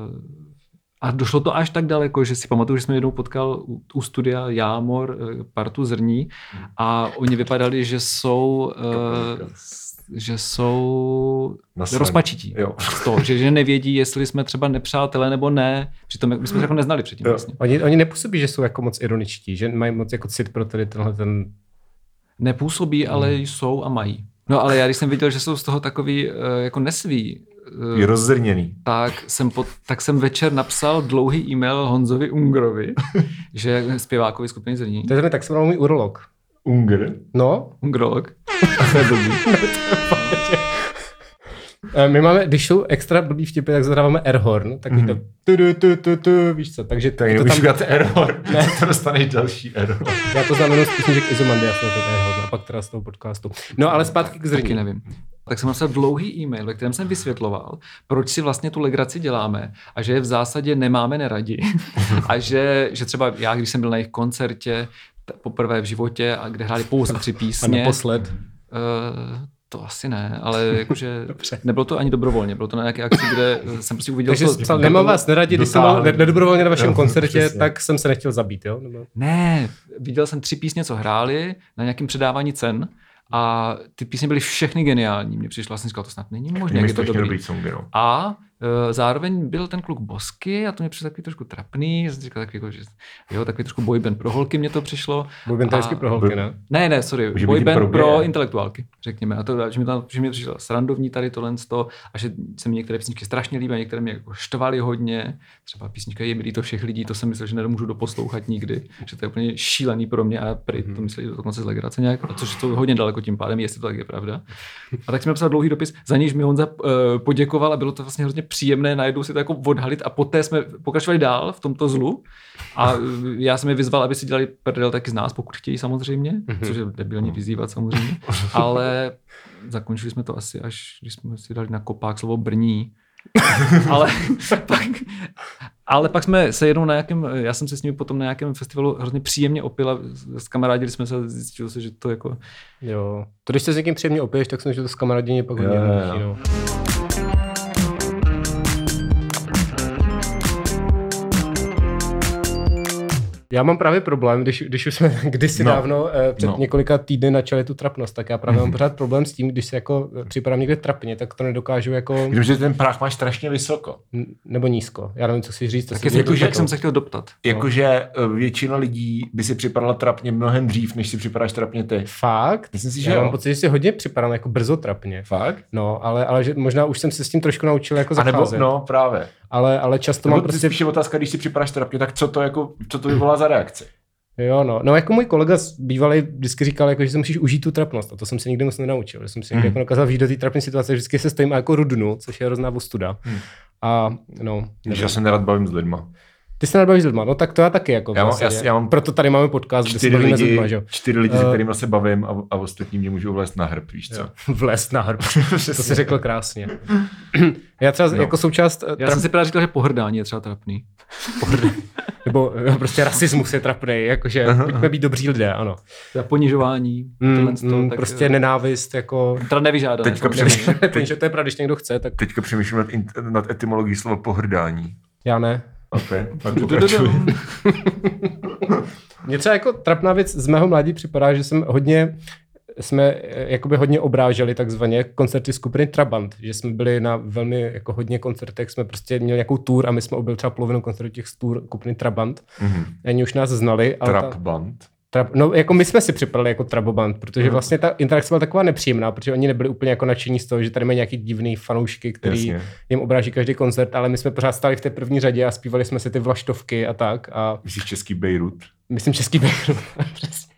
C: a došlo to až tak daleko, že si pamatuju, že jsem jednou potkal u, u studia Jámor eh, partu zrní a oni vypadali, že jsou, eh, s- že jsou
B: Nasraný.
C: rozpačití
B: Jo.
C: z toho, že, že nevědí, jestli jsme třeba nepřátelé nebo ne. Přitom jak- my jsme se jako neznali předtím
B: Jo.
C: vlastně.
A: oni, oni nepůsobí, že jsou jako moc ironičtí, že mají moc jako cit pro tady tenhle ten...
C: Nepůsobí, ale
B: Mhm.
C: jsou a mají. No ale já když jsem viděl, že jsou z toho takový eh, jako nesví, eh,
B: Je rozzrněný.
C: tak jsem, po, tak jsem večer napsal dlouhý e-mail Honzovi
A: [LAUGHS]
C: Ungrovi, že zpěvákovi skupiny Zrní.
A: To je ten, tak se jmenoval můj urolog.
B: Unger.
A: No,
C: Ungrolog.
A: eh, my máme, když jsou extra blbý vtipy, tak zadáváme airhorn, takový to tu, tu, tu, tu, tu, víš co, takže
B: Mhm. Tak
A: to
B: jenom
A: tam, [LAUGHS]
B: tam... error. Ne. to dostaneš další error.
A: já to znamenám z písniček Izomandy, já jsem ten airhorn a pak teda z toho podcastu. No ale zpátky k
C: Zrní. Taky
A: zrní.
C: nevím. tak jsem napsal dlouhý e-mail, ve kterém jsem vysvětloval, proč si vlastně tu legraci děláme a že je v zásadě
A: [LAUGHS]
C: nemáme neradi. a že, že třeba já, když jsem byl na jejich koncertě, t- poprvé v životě, a kde hráli pouze tři
A: [LAUGHS] A
C: písně,
A: naposled.
C: eh, to asi ne, ale
A: [LAUGHS]
C: jakože nebylo to ani dobrovolně, bylo to na nějaké akci, kde jsem prostě uviděl,
A: Takže
C: co- co-
A: nemám vás neradi, když jsem byl
B: Dotáhli.
A: nedobrovolně na vašem
B: Jo,
A: koncertě,
B: přesně.
A: tak jsem se nechtěl zabít, jo? Nebo...
C: Ne, viděl jsem tři písně, co hráli na nějakém předávání cen a ty písně byly všechny geniální. Mně přišla, jsem říkal, to snad není možné, jak
B: Měli
C: je to
B: strašně
C: dobrý.
B: dobrý songy, no.
C: A e, zároveň byl ten kluk bosky a to mě přišlo takový trošku trapný, že jsem říkal takový, jako, že, jo, takový trošku boyband pro holky mě to přišlo.
A: Byl
C: A-
A: pro holky, ne?
C: Ne, ne, sorry,
B: Může být i
C: boyband pro,
B: pro
C: pro
B: geje.
C: intelektuálky, řekněme. A to, že mi, tam, že mi přišlo srandovní tady tohle to, a že se mi některé písničky strašně líbí, a některé mě jako štvaly hodně. Třeba písnička Je mi líto všech lidí, to jsem myslel, že nemůžu doposlouchat nikdy, že to je úplně šílený pro mě a prý
B: Mhm.
C: to mysleli dokonce z legrace nějak, a což jsou hodně daleko tím pádem, jestli to tak je pravda. A tak jsem napsal dlouhý dopis, za níž mi Honza uh, poděkoval a bylo to vlastně hrozně příjemné najednou si to jako odhalit a poté jsme pokračovali dál v tomto zlu a eh, já jsem je vyzval, aby si dělali prdel taky z nás, pokud chtějí samozřejmě, což je debilní vyzývat samozřejmě, ale zakončili jsme to asi až, když jsme si dali na kopák slovo Brní, [LAUGHS] ale, pak, ale pak jsme se jednou na nějakém, já jsem se s nimi potom na nějakém festivalu hrozně příjemně opila, s kamarádili jsme se a zjistilo se, že to jako
A: Jo. To, když se s někým příjemně opiješ, tak jsem, že to s kamarádině pak hodně
B: Jo, jo, jo.
A: jednodušší, no. Já mám právě problém, když, když už jsme [LAUGHS] kdysi no.
B: No.
A: dávno eh, před no. Mhm.
B: No.
A: několika týdny načali tu trapnost, tak já právě mám pořád problém s tím, když se jako eh, připadám někde trapně, tak to nedokážu jako,
B: Jenomže ten práh máš strašně vysoko.
A: n- nebo nízko. Já nevím, co si říct. To
C: Tak
A: si
C: je to,
A: dělám
C: jako, jak
A: takou-
C: jsem se chtěl doptat.
B: Jakože eh, většina lidí by si připadala trapně mnohem dřív, než si připadáš trapně ty.
A: Fakt?
B: Myslím si, že
A: Já mám
B: jo.
A: pocit, že si hodně připadám jako brzo trapně.
B: Fakt?
A: No, ale, ale že možná už jsem se s tím trošku naučil jako
B: A nebo,
A: zacházet.
B: no právě.
A: ale, ale často
B: To
A: mám
B: mám prostě
A: prostě...
B: spíš otázka, když si připadáš trapně, tak co to jako, co to vyvolá za reakci?
A: Jo, no. no jako můj kolega z- bývalý vždycky říkal, jako, že si musíš užít tu trapnost a to jsem se nikdy moc nenaučil. Že jsem si někdy
B: Hmm.
A: jako dokázal vžít do té trapné situace, vždycky se stojím a jako rudnu, což je hrozná ostuda.
B: Hmm.
A: A no,
B: Když já se nerad bavím s lidma.
A: ty se nadbavíš s lidma, no tak to já taky jako
B: Já mám-
A: vlastně.
B: já- já mám
A: Proto tady máme podcast, kde se
B: Čtyři
A: bavíme s
B: lidi,
A: lidma,
B: [LAUGHS]
A: že jo.
B: čtyři lidi, se
A: Eh.
B: kterými se bavím a, a ostatní mě můžou vlézt na hrb, víš [LAUGHS] co?
A: Vlez na hrb. to jsi řekl
B: [CLEARS THROAT]
A: krásně. já třeba
B: No.
A: jako součást eh,
C: Já jsem si právě říkal, že pohrdání je třeba trapný.
A: nebo eh, prostě rasismus je trapný, jakože pojďme být dobří lidé, ano.
C: Za ponižování,
A: Mm,
C: tohle z toho,
A: mm,
C: tak, eh,
A: prostě nenávist, jako...
C: Teda nevyžádané.
B: Teďka
C: samozřejmě.
B: přemýšlím-
A: [LAUGHS] Teď... že to je pravda, když někdo chce, tak
B: Teďka přemýšlím nad, in, nad etymologií slova pohrdání.
A: já ne.
B: [LAUGHS] Okay, tak
C: Du, du, du,
B: pokračuj.
C: du.
A: Mně třeba jako trapná věc z mého mládí připadá, že jsem hodně jsme eh, jakoby hodně obráželi takzvaně koncerty skupiny Trabant, že jsme byli na velmi jako hodně koncertech, jsme prostě měli nějakou tour a my jsme objeli třeba polovinu koncertů těch tour skupiny Trabant.
B: Mhm.
A: Oni už nás znali. ale
B: Trap
A: ta-
B: band.
A: Trab, no, jako my jsme si připadali jako traboband, protože vlastně ta interakce byla taková nepříjemná, protože oni nebyli úplně jako nadšení z toho, že tady mají nějaký divný fanoušky, který
B: Jasně.
A: jim obráží každý koncert, ale my jsme pořád stáli v té první řadě a zpívali jsme si ty vlaštovky a tak. A
B: Myslíš český Bejrut?
A: myslím český Beatles. jako- [LAUGHS] Přesně.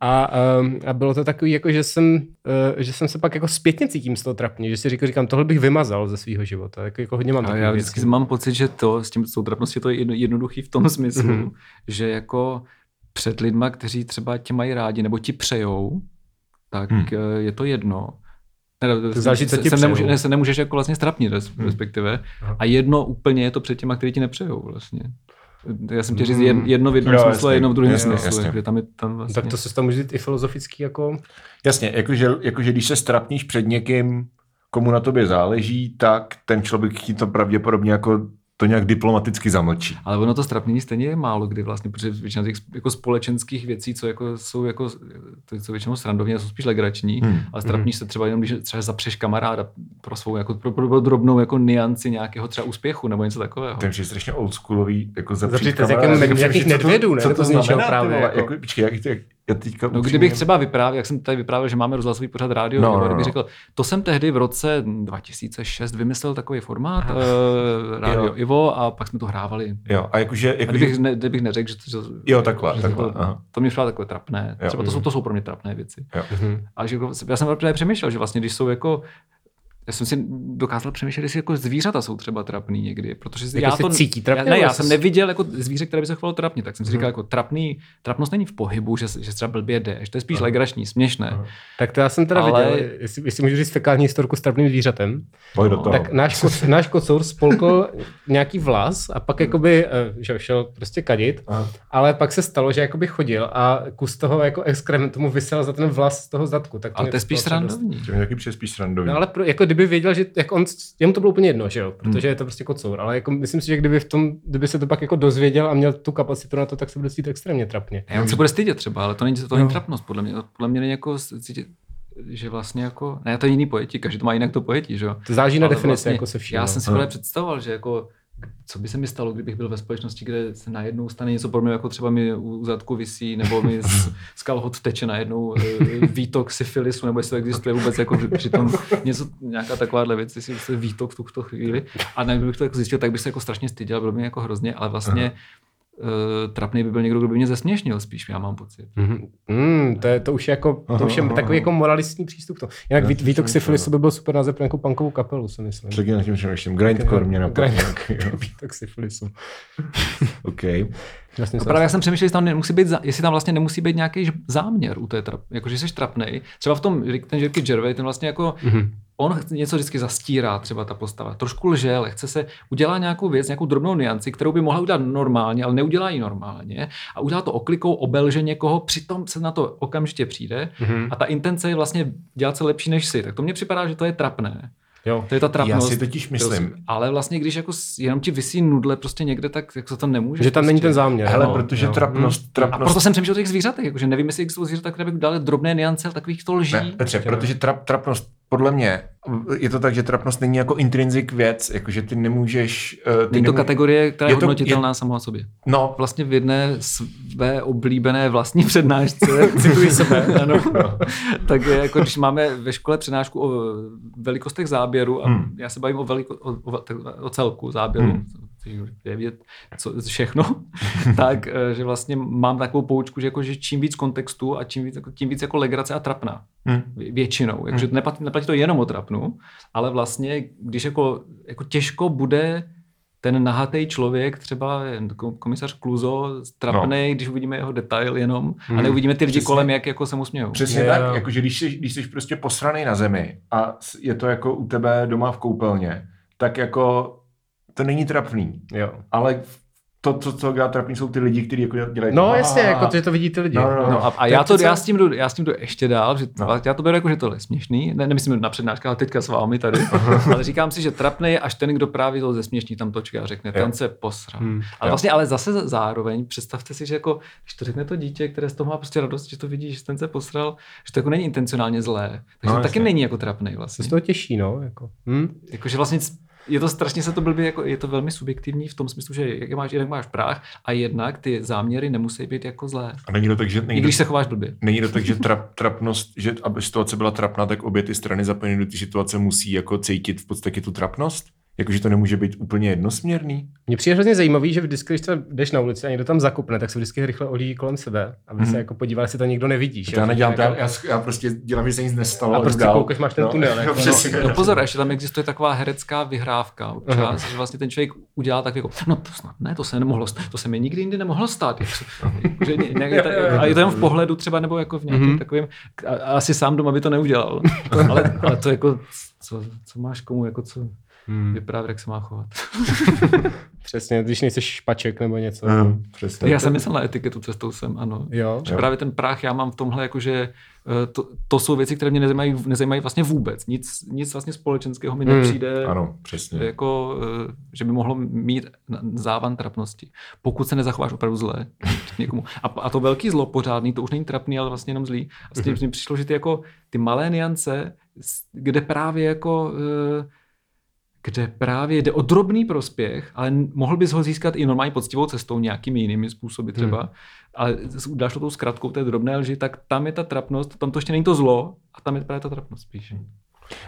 A: A, um, a, bylo to takový, jako, že, jsem, uh, že jsem se pak jako zpětně cítím z toho trapně, že si říkám, říkám tohle bych vymazal ze svého života. Jako, jako hodně mám
C: A
A: takových
C: já
A: věcí.
C: vždycky mám pocit, že to s tím soutrapností je to jedno, jednoduchý v tom smyslu,
A: Mhm.
C: že jako před lidma, kteří třeba tě mají rádi nebo ti přejou, tak
B: Hmm.
C: eh, je to jedno. Ne,
A: To záleží, co ti
C: se, nemůže,
A: přejou. Hmm.
C: ne, se nemůžeš jako vlastně strapnit res, respektive.
A: Aha.
C: A jedno úplně je to před těma, kteří ti nepřejou vlastně. Já jsem tě říct
A: Hmm.
C: jed- jedno v jednom
B: Jo,
C: smyslu a
B: jasně,
C: jedno v druhém
B: jasně,
C: smyslu.
B: jasně.
C: Kde tam je tam vlastně.
A: Tak to se tam může říct i filozofický jako...
B: Jasně, jakože, jakože když se strapníš před někým, komu na tobě záleží, tak ten člověk ti to pravděpodobně jako to nějak diplomaticky zamlčí.
C: Ale ono to strapnění stejně je málo kdy vlastně, protože většina těch jako společenských věcí, co jako jsou jako, to jsou většinou srandovní, jsou spíš legrační, hmm.
B: Hmm.
C: ale strapníš se třeba jenom, když třeba zapřeš kamaráda pro svou jako pro, pro, pro drobnou jako nianci nějakého třeba úspěchu nebo něco takového.
B: To je strašně oldschoolový, jako
A: Zapřít
B: zapřít
A: to s
B: kamaráda,
A: jakým-
B: jako
A: jakých
B: přemýšlím, co to-
A: nedvědů, ne?
B: Co
A: To
B: to
A: z něčeho
B: znamená, právě,
A: právě,
B: ty vole,
A: jako-
B: jako, počkej, jak, jak, já teďka
C: No,
B: upřímně-
C: kdybych třeba vyprávěl, jak jsem tady vyprávěl, že máme rozhlasový pořad rádio,
B: No,
C: no,
B: no,
C: kdybych
B: no.
C: řekl, to jsem tehdy v roce 2006 vymyslel takový formát,
A: Aha.
C: uh, rádio
B: Jo.
C: Ivo, a pak jsme to hrávali.
B: Jo, a jakože,
C: A
B: jakože
C: kdybych, ne, kdybych neřekl, že to... Že,
B: Jo, takhle,
C: že
B: takhle,
C: To,
B: aha.
C: to mě připadá takové trapné.
B: Jo.
C: Třeba to jsou, to jsou pro mě trapné věci.
A: Mhm.
C: A že, já jsem právě přemýšlel, že vlastně, když jsou jako já jsem si dokázal přemýšlet, jestli jako zvířata jsou třeba trapný někdy, protože si-
A: Jako
C: já
A: se
C: to
A: cítí trapně,
C: já, ne, já
A: nebo
C: jsem
A: se- Mhm.
C: neviděl jako zvíře, které by se chovalo trapně, tak jsem si říkal, jako trapný, trapnost není v pohybu, že, že třeba blbě jdeš, to je spíš legrační, směšné.
A: Tak to já jsem teda
C: Ale-
A: Ale... viděl, jestli, jestli můžu říct fekální historku s trapným zvířatem.
B: Pojď do
C: No,
B: toho.
A: Tak náš, ko, náš kocour spolkl nějaký vlas a pak jakoby, eh, že jo, šel prostě kadit,
B: Aha.
A: ale pak se stalo, že jakoby chodil a kus toho jako exkrementu mu vysel za ten vlas z toho zadku. Tak
C: Ale
A: mě
C: to je spíš
A: připadalo třeba dost-
C: srandovní.
B: To mi taky přijde spíš srandový.
A: No ale pro, jako kdyby věděl, že jako on, jemu to bylo úplně jedno, že jo,
C: Hmm.
A: protože je to prostě kocour, ale jako myslím si, že kdyby, v tom, kdyby se to pak jako dozvěděl a měl tu kapacitu na to, tak se bude cítit extrémně trapně.
C: Ne, on se bude stydět třeba, ale to není, to není
A: Jo.
C: trapnost, podle mě. To Podle mě není jako s- cítit, že vlastně jako, ne, to je jiný pojetí, každý to má jinak to pojetí, že jo.
A: To záleží na
C: Ale
A: definici, vlastně, jako se vším.
C: Já
A: no.
C: jsem si
B: Ano.
C: právě představoval, že jako, co by se mi stalo, kdybych byl ve společnosti, kde se najednou stane něco podobného, jako třeba mi u u zadku visí, nebo mi z, z kalhot teče najednou eh, výtok syfilisu, nebo jestli to existuje vůbec, jako že přitom něco, nějaká takováhle věc, jestli existuje výtok v tuto chvíli. A ne, kdybych to jako zjistil, tak bych se jako strašně styděl, bylo by mi jako hrozně, ale vlastně uh, trapný by byl někdo, kdo by mě zesměšnil spíš, já mám pocit.
A: Mhm. Mm, to, je, to už je jako, to už je
B: Aha, aha, aha.
A: takový jako moralistní přístup. To. Jinak
B: Já
A: Vít,
B: jsem
A: Vítok
B: přemýšlel,
A: Syfilis by byl super název pro nějakou punkovou kapelu, si myslím.
B: Řekni na tím přemýšlím. Grindcore mě napadlo. [LAUGHS]
A: [LAUGHS]
B: Jo,
A: Vítok Syfilisu.
B: OK.
A: Vlastně
C: A
A: jsem
C: právě já jsem přemýšlel, jestli tam, nemusí být, za- jestli tam vlastně nemusí být nějaký ž- záměr u té trap, jako že jsi trapnej. Třeba v tom, ten Jerky Gervais, ten vlastně jako, mm-hmm.
A: Mhm,
C: on chce- něco vždycky zastírá, třeba ta postava. Trošku lže, ale chce se, udělá nějakou věc, nějakou drobnou nianci, kterou by mohla udělat normálně, ale neudělá ji normálně. A udělá to oklikou, obelže někoho, přitom se na to okamžitě přijde.
A: mhm.
C: Mm-hmm. A ta intence je vlastně dělat se lepší než si. Tak to mně připadá, že to je trapné.
A: Jo.
C: To je ta
B: Já
C: trapnost.
B: si totiž myslím,
C: Ale vlastně, když jako s- jenom ti vysí nudle prostě někde, tak jako se to nemůže.
A: Že tam není ten záměr.
B: hele,
A: no.
B: protože
C: jo.
B: trapnost,
C: A prostě-
B: trapnost
C: proto jsem přemýšlel o těch zvířatech, jakože nevím, jestli jsou zvířata, které by dali drobné niance takových to lží.
B: Ne, Petře, protože trap, trapnost, podle mě, je to tak, že trapnost není jako intrinzik věc, jakože ty nemůžeš... eh, Ty
C: Není to
B: nemůže-
C: kategorie, která je,
B: Je to-
C: hodnotitelná sama o sobě.
B: No,
C: Vlastně v jedné své oblíbené vlastní přednášce, [LAUGHS] cituji sebe, ano, [LAUGHS] tak je jako když máme ve škole přednášku o velikostech záběru a
B: Hmm.
C: já se bavím o, veliko, o, o, tak- o celku záběru,
B: Hmm.
C: což je vidět co, všechno,
B: [LAUGHS]
C: tak eh, že vlastně mám takovou poučku, že, jako, že čím víc kontextu a čím víc, jako, tím víc jako legrace a trapná.
B: hm,
C: Vě- většinou. Jakože to neplatí, neplatí to jenom o trapnu, ale vlastně, když jako, jako těžko bude ten nahatý člověk, třeba ko- komisař Kluzo, trapnej, no. když uvidíme jeho detail jenom a neuvidíme ty lidi
B: Hmm. Přesně.
C: kolem, jak jako se mu smějou.
B: přesně
A: Jo.
B: tak, jakože když jsi, když jsi prostě posraný na zemi a s- je to jako u tebe doma v koupelně, tak jako to není trapný,
A: Mhm. Jo.
B: ale to, co, co dělá trapný, jsou ty lidi, kteří jako dělají...
A: No jasně, jako to, že to vidí ty lidi.
B: No, no, no.
C: No a, a
A: je
C: já, to,
A: přece-
C: já, s tím jdu, já s tím jdu ještě dál, že
B: No.
C: no. já to beru jako, že tohle je směšný, ne, nemyslím na přednáškách, ale teďka s
B: [LAUGHS]
C: vámi tady, ale říkám si, že trapný je až ten, kdo právě to zesměšní tam točka a řekne, ten se posral.
A: Hmm.
C: Hmm.
B: Jo.
C: Ale vlastně, ale zase za- zároveň představte si, že jako, když to řekne to dítě, které z toho má prostě radost, že to vidí, že ten se posral, že to jako není intencionálně zlé, takže
B: No,
C: no, to taky
B: jasně.
C: není jako trapný
A: Se z
C: vlastně.
A: toho těší, no. Jako. Hm?
C: Jako, že vlastně je to strašně se to blbě, jako, je to velmi subjektivní v tom smyslu, že jak máš, jednak máš práh a jednak ty záměry nemusí být jako zlé.
B: A není to tak, že...
C: I
B: Není to,
C: když se chováš blbě.
B: není to tak, že trap, trapnost, že aby situace byla trapná, tak obě ty strany zapojené do té situace musí jako cítit v podstatě tu trapnost? Jakože to nemůže být úplně jednosměrný?
A: Mně přijde hrozně zajímavý, že vždycky, když třeba jdeš na ulici a někdo tam zakupne, tak se vždycky rychle olíjí kolem sebe, aby
B: Mhm.
A: se jako podíval, jestli to nikdo nevidí. že
B: Já
A: jo.
B: nedělám,
A: Jako-
B: já, já, já prostě dělám, že se nic nestalo.
A: A
B: jdu
A: prostě
B: dál.
A: koukáš, máš ten
B: [LAUGHS]
A: tunel,
B: No,
A: jako, no.
B: přesně.
C: No pozor, ještě tam existuje taková herecká vyhrávka
A: Aha.
C: občas, že vlastně ten člověk udělá tak jako, no to snad ne, to se nemohlo, st- to se mi nikdy jindy nemohlo stát. Jak se- že ně- nějak je ta- A je to jenom v pohledu třeba, nebo jako v nějakém
A: Mhm.
C: takovém, a, a asi sám doma by to neudělal. Ale, ale to jako, co, co máš komu, jako co
B: Mhm.
A: Hm.
C: vyprávět, jak se má chovat.
A: Přesně, když nejsi špaček nebo něco.
B: Mm, přesně.
C: Já jsem myslel na etiketu cestou sem, ano.
A: Jo.
C: Že
B: Jo.
C: právě ten prach já mám v tomhle, jakože eh, to, to jsou věci, které mě nezajímají, nezajímají vlastně vůbec. Nic, nic vlastně společenského mi
A: Hmm.
C: nepřijde.
B: Ano, přesně.
C: jako, eh, že by mohlo mít na- závan trapnosti, pokud se nezachováš opravdu zlé k [LAUGHS] někomu. A, a to velký zlo pořádný, to už není trapný, ale vlastně jenom zlý. A s tím mi přišlo, že ty jako ty malé niance, s- kde právě jako eh, kde právě jde o drobný prospěch, ale n- mohl bys ho získat i normální poctivou cestou, nějakými jinými způsoby třeba, hmm. ale s- uděláš to tou zkratkou té drobné lži, tak tam je ta trapnost, tam to ještě není to zlo a tam je právě ta trapnost spíš.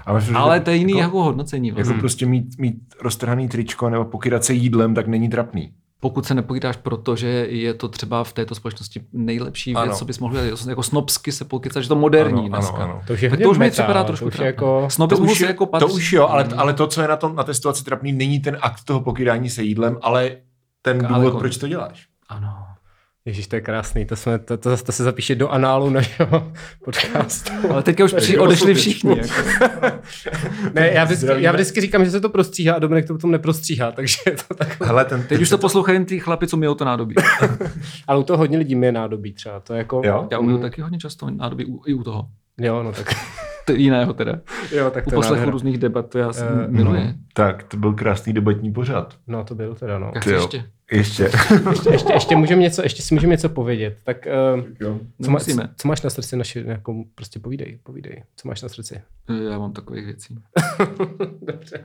B: Ale, myslím, že
C: Ale to je jiný
B: jako,
C: jako hodnocení.
B: jako prostě mít, mít roztrhaný tričko nebo pokydat se jídlem, tak není trapný.
C: pokud se nepokytáš proto, že je to třeba v této společnosti nejlepší věc,
B: Ano.
C: co bys mohl dělat. Jako snobsky se pokycat, že to moderní ano, dneska. Ano, ano.
A: To už je
C: Tak
A: hodně
C: to už mi
A: meta,
C: připadá
A: to
C: trošku
A: už je
C: trapné.
A: jako-
B: To
C: Snobismus
B: už, je,
C: jako
B: to
C: patří.
B: už jo, ale, ale to, co je na, tom, na té situaci trapný, není ten akt toho pokydání se jídlem, ale ten
C: Ale
B: důvod,
C: kon-
B: proč to děláš.
C: Ano.
A: Ježíš, to je krásný, to, jsme, to, to, to se zapíše do análu našeho [LAUGHS] podcastu.
C: Ale teďka už
B: jako
C: při, odešli všichni. Jako. [LAUGHS]
A: Ne, já vždycky,
B: Zdravíme.
A: já vždycky říkám, že se to prostříhá a Dominik to potom neprostříhá, [LAUGHS] takže je to tak.
B: Hele, ten,
C: Teď už to poslouchají jen ty chlapi, co mějou to nádobí.
A: Ale u toho hodně lidí mi je nádobí třeba, to je jako...
B: Jo?
C: Já umím taky hodně často nádobí u, i u toho.
A: Jo, no tak.
C: T- jiného teda.
A: Jo, tak
C: U
A: to je
C: poslechu
A: nádhera.
C: různých debat, to já si
A: Eh,
C: miluji.
B: No, Tak, to byl krásný debatní pořad.
A: No, to byl teda, no.
C: Jak
B: Ty jo.
C: ještě? [LAUGHS]
B: Ještě.
A: Ještě, ještě, ještě, můžem něco, ještě si můžeme něco povědět. Tak
C: No,
A: eh,
B: jo.
A: co, má,
C: Nemusíme.
A: co, máš na srdci naši, jako, prostě povídej, povídej. Co máš na srdci? [LAUGHS]
C: Eh, Já mám takových věcí.
A: Dobře.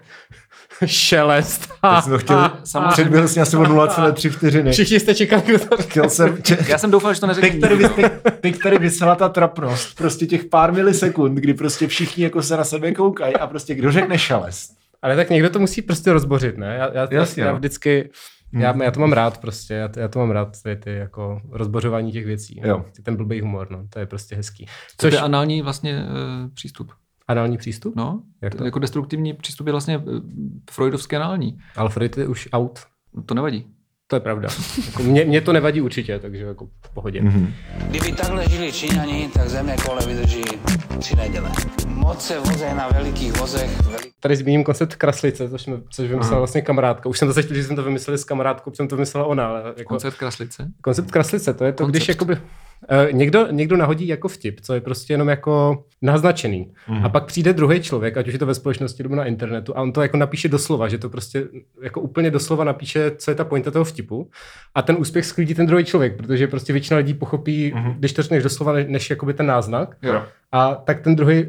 A: Šelest.
B: Já jsem to chtěl,
C: samozřejmě.
B: předběhl jsem
C: [LAUGHS]
B: asi o 0,3 vteřiny.
A: Všichni jste čekali, kdo to řekne.
B: Chtěl jsem, če-
C: Já jsem doufal, že to neřekne
B: teď, tady,
C: nikdo.
B: vys- teď, teď tady vysela ta trapnost, prostě těch pár milisekund, kdy prostě všichni jako se na sebe koukají a prostě kdo řekne šelest.
A: Ale tak někdo to musí prostě rozbořit, ne? Já, já,
B: Jasně,
A: já
B: no.
A: vždycky, já, já to mám rád prostě, já, já to mám rád, ty, ty jako rozbořování těch věcí. no.
B: Jo.
A: Ty, ten blbý humor, no, to je prostě hezký.
C: To
A: Což,
C: je anální vlastně eh, přístup.
A: anální přístup?
C: No,
A: Jak to?
C: jako destruktivní přístup je vlastně eh, freudovský anální.
A: Alfred je už out.
C: To nevadí.
A: To je pravda. Jako mě, mě to nevadí určitě, takže jako v pohodě.
C: Mhm.
A: Mm-hmm.
D: Kdyby takhle žili Číňani, tak zemne kole vydrží tři neděle. Moc se voze na velikých vozech, velikých
A: Tady zmíním koncept kraslice, což, mi, což vymyslela vlastně kamarádka. Už jsem to začal, že jsem to vymyslel s kamarádkou, protože jsem to vymyslela ona. Ale jako,
C: Koncert Kraslice.
A: Koncept kraslice, to je to,
C: Koncept.
A: koncept. když jakoby, eh, někdo, někdo nahodí jako vtip, co je prostě jenom jako naznačený. Mm. A pak přijde druhý člověk, ať už je to ve společnosti nebo na internetu, a on to jako napíše doslova, že to prostě jako úplně doslova napíše, co je ta pointa toho vtipu. A ten úspěch sklidí ten druhý člověk, protože prostě většina lidí pochopí, mm. když to řekneš doslova, ne- než jakoby ten náznak.
C: Jo.
A: A tak ten druhý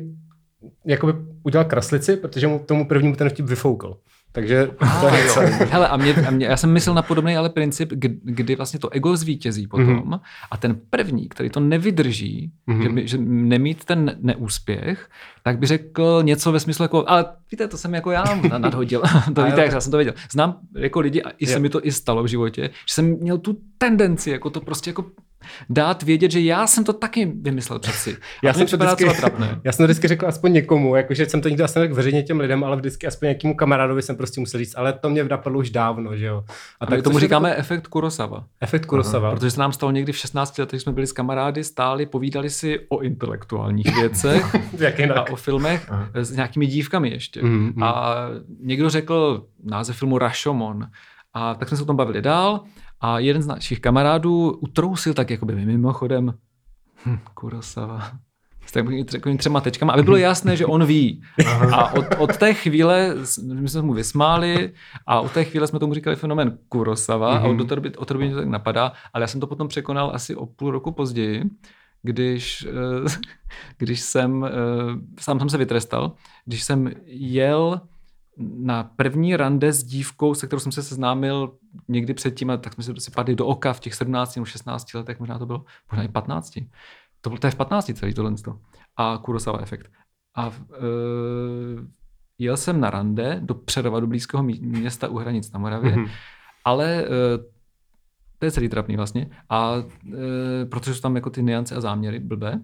A: jakoby udělal kraslici, protože mu tomu prvnímu ten vtip vyfoukl. Takže to je
C: A Ah, jo. Hele, a, mě, a mě, já jsem myslel na podobný ale princip, kdy, kdy vlastně to ego zvítězí potom
A: Mhm.
C: mm-hmm. a ten první, který to nevydrží, mm-hmm. že, by, že nemít ten neúspěch, tak by řekl něco ve smyslu jako, ale víte, to jsem jako já na- nadhodil. [LAUGHS] to
A: A
C: víte,
A: jo,
C: jak já jsem to věděl. Znám jako lidi a i se
A: Jo.
C: mi to i stalo v životě, že jsem měl tu tendenci jako to prostě jako dát vědět, že já jsem to taky vymyslel přeci. A
A: Já
C: to mi
A: jsem, to
C: připadá
A: vždycky,
C: docela
A: [LAUGHS]
C: trapné.
A: já jsem to vždycky řekl aspoň někomu, jakože jsem to nikdy asi neřekl veřejně těm lidem, ale vždycky aspoň nějakému kamarádovi jsem prostě musel říct, ale to mě napadlo už dávno, že jo.
C: A tak
A: což
C: tomu
A: je
C: říkáme efekt Kurosawa.
A: takový efekt Kurosava.
C: Protože se nám stalo někdy v 16 letech, jsme byli s kamarády, stáli, povídali si o intelektuálních věcech
A: Jak [LAUGHS] jinak.
C: a o filmech s nějakými dívkami ještě.
A: Mm, mm.
C: A někdo řekl název filmu Rashomon. A tak jsme se o tom bavili dál a jeden z našich kamarádů utrousil tak jakoby mimochodem hm, Kurosawa s takovými tře- takovými třema tečkama, aby bylo jasné, že on ví. A od, od té chvíle s- my jsme mu vysmáli a od té chvíle jsme tomu říkali fenomen Kurosawa a od, do té doby, od té doby mě to tak napadá, ale já jsem to potom překonal asi o půl roku později, když, eh, [LAUGHS] když jsem, eh, sám jsem se vytrestal, když jsem jel na první rande s dívkou, se kterou jsem se seznámil někdy předtím, a tak jsme se si prostě padli do oka v těch 17 nebo 16 letech, možná to bylo, možná i 15. To bylo to je v 15 celý tohle. to. A Kurosawa efekt. A uh, jel jsem na rande do Přerova, do blízkého mí- města u hranic na Moravě,
A: Mhm.
C: ale uh, to je celý trapný vlastně. A uh, protože jsou tam jako ty niance a záměry blbé, uh,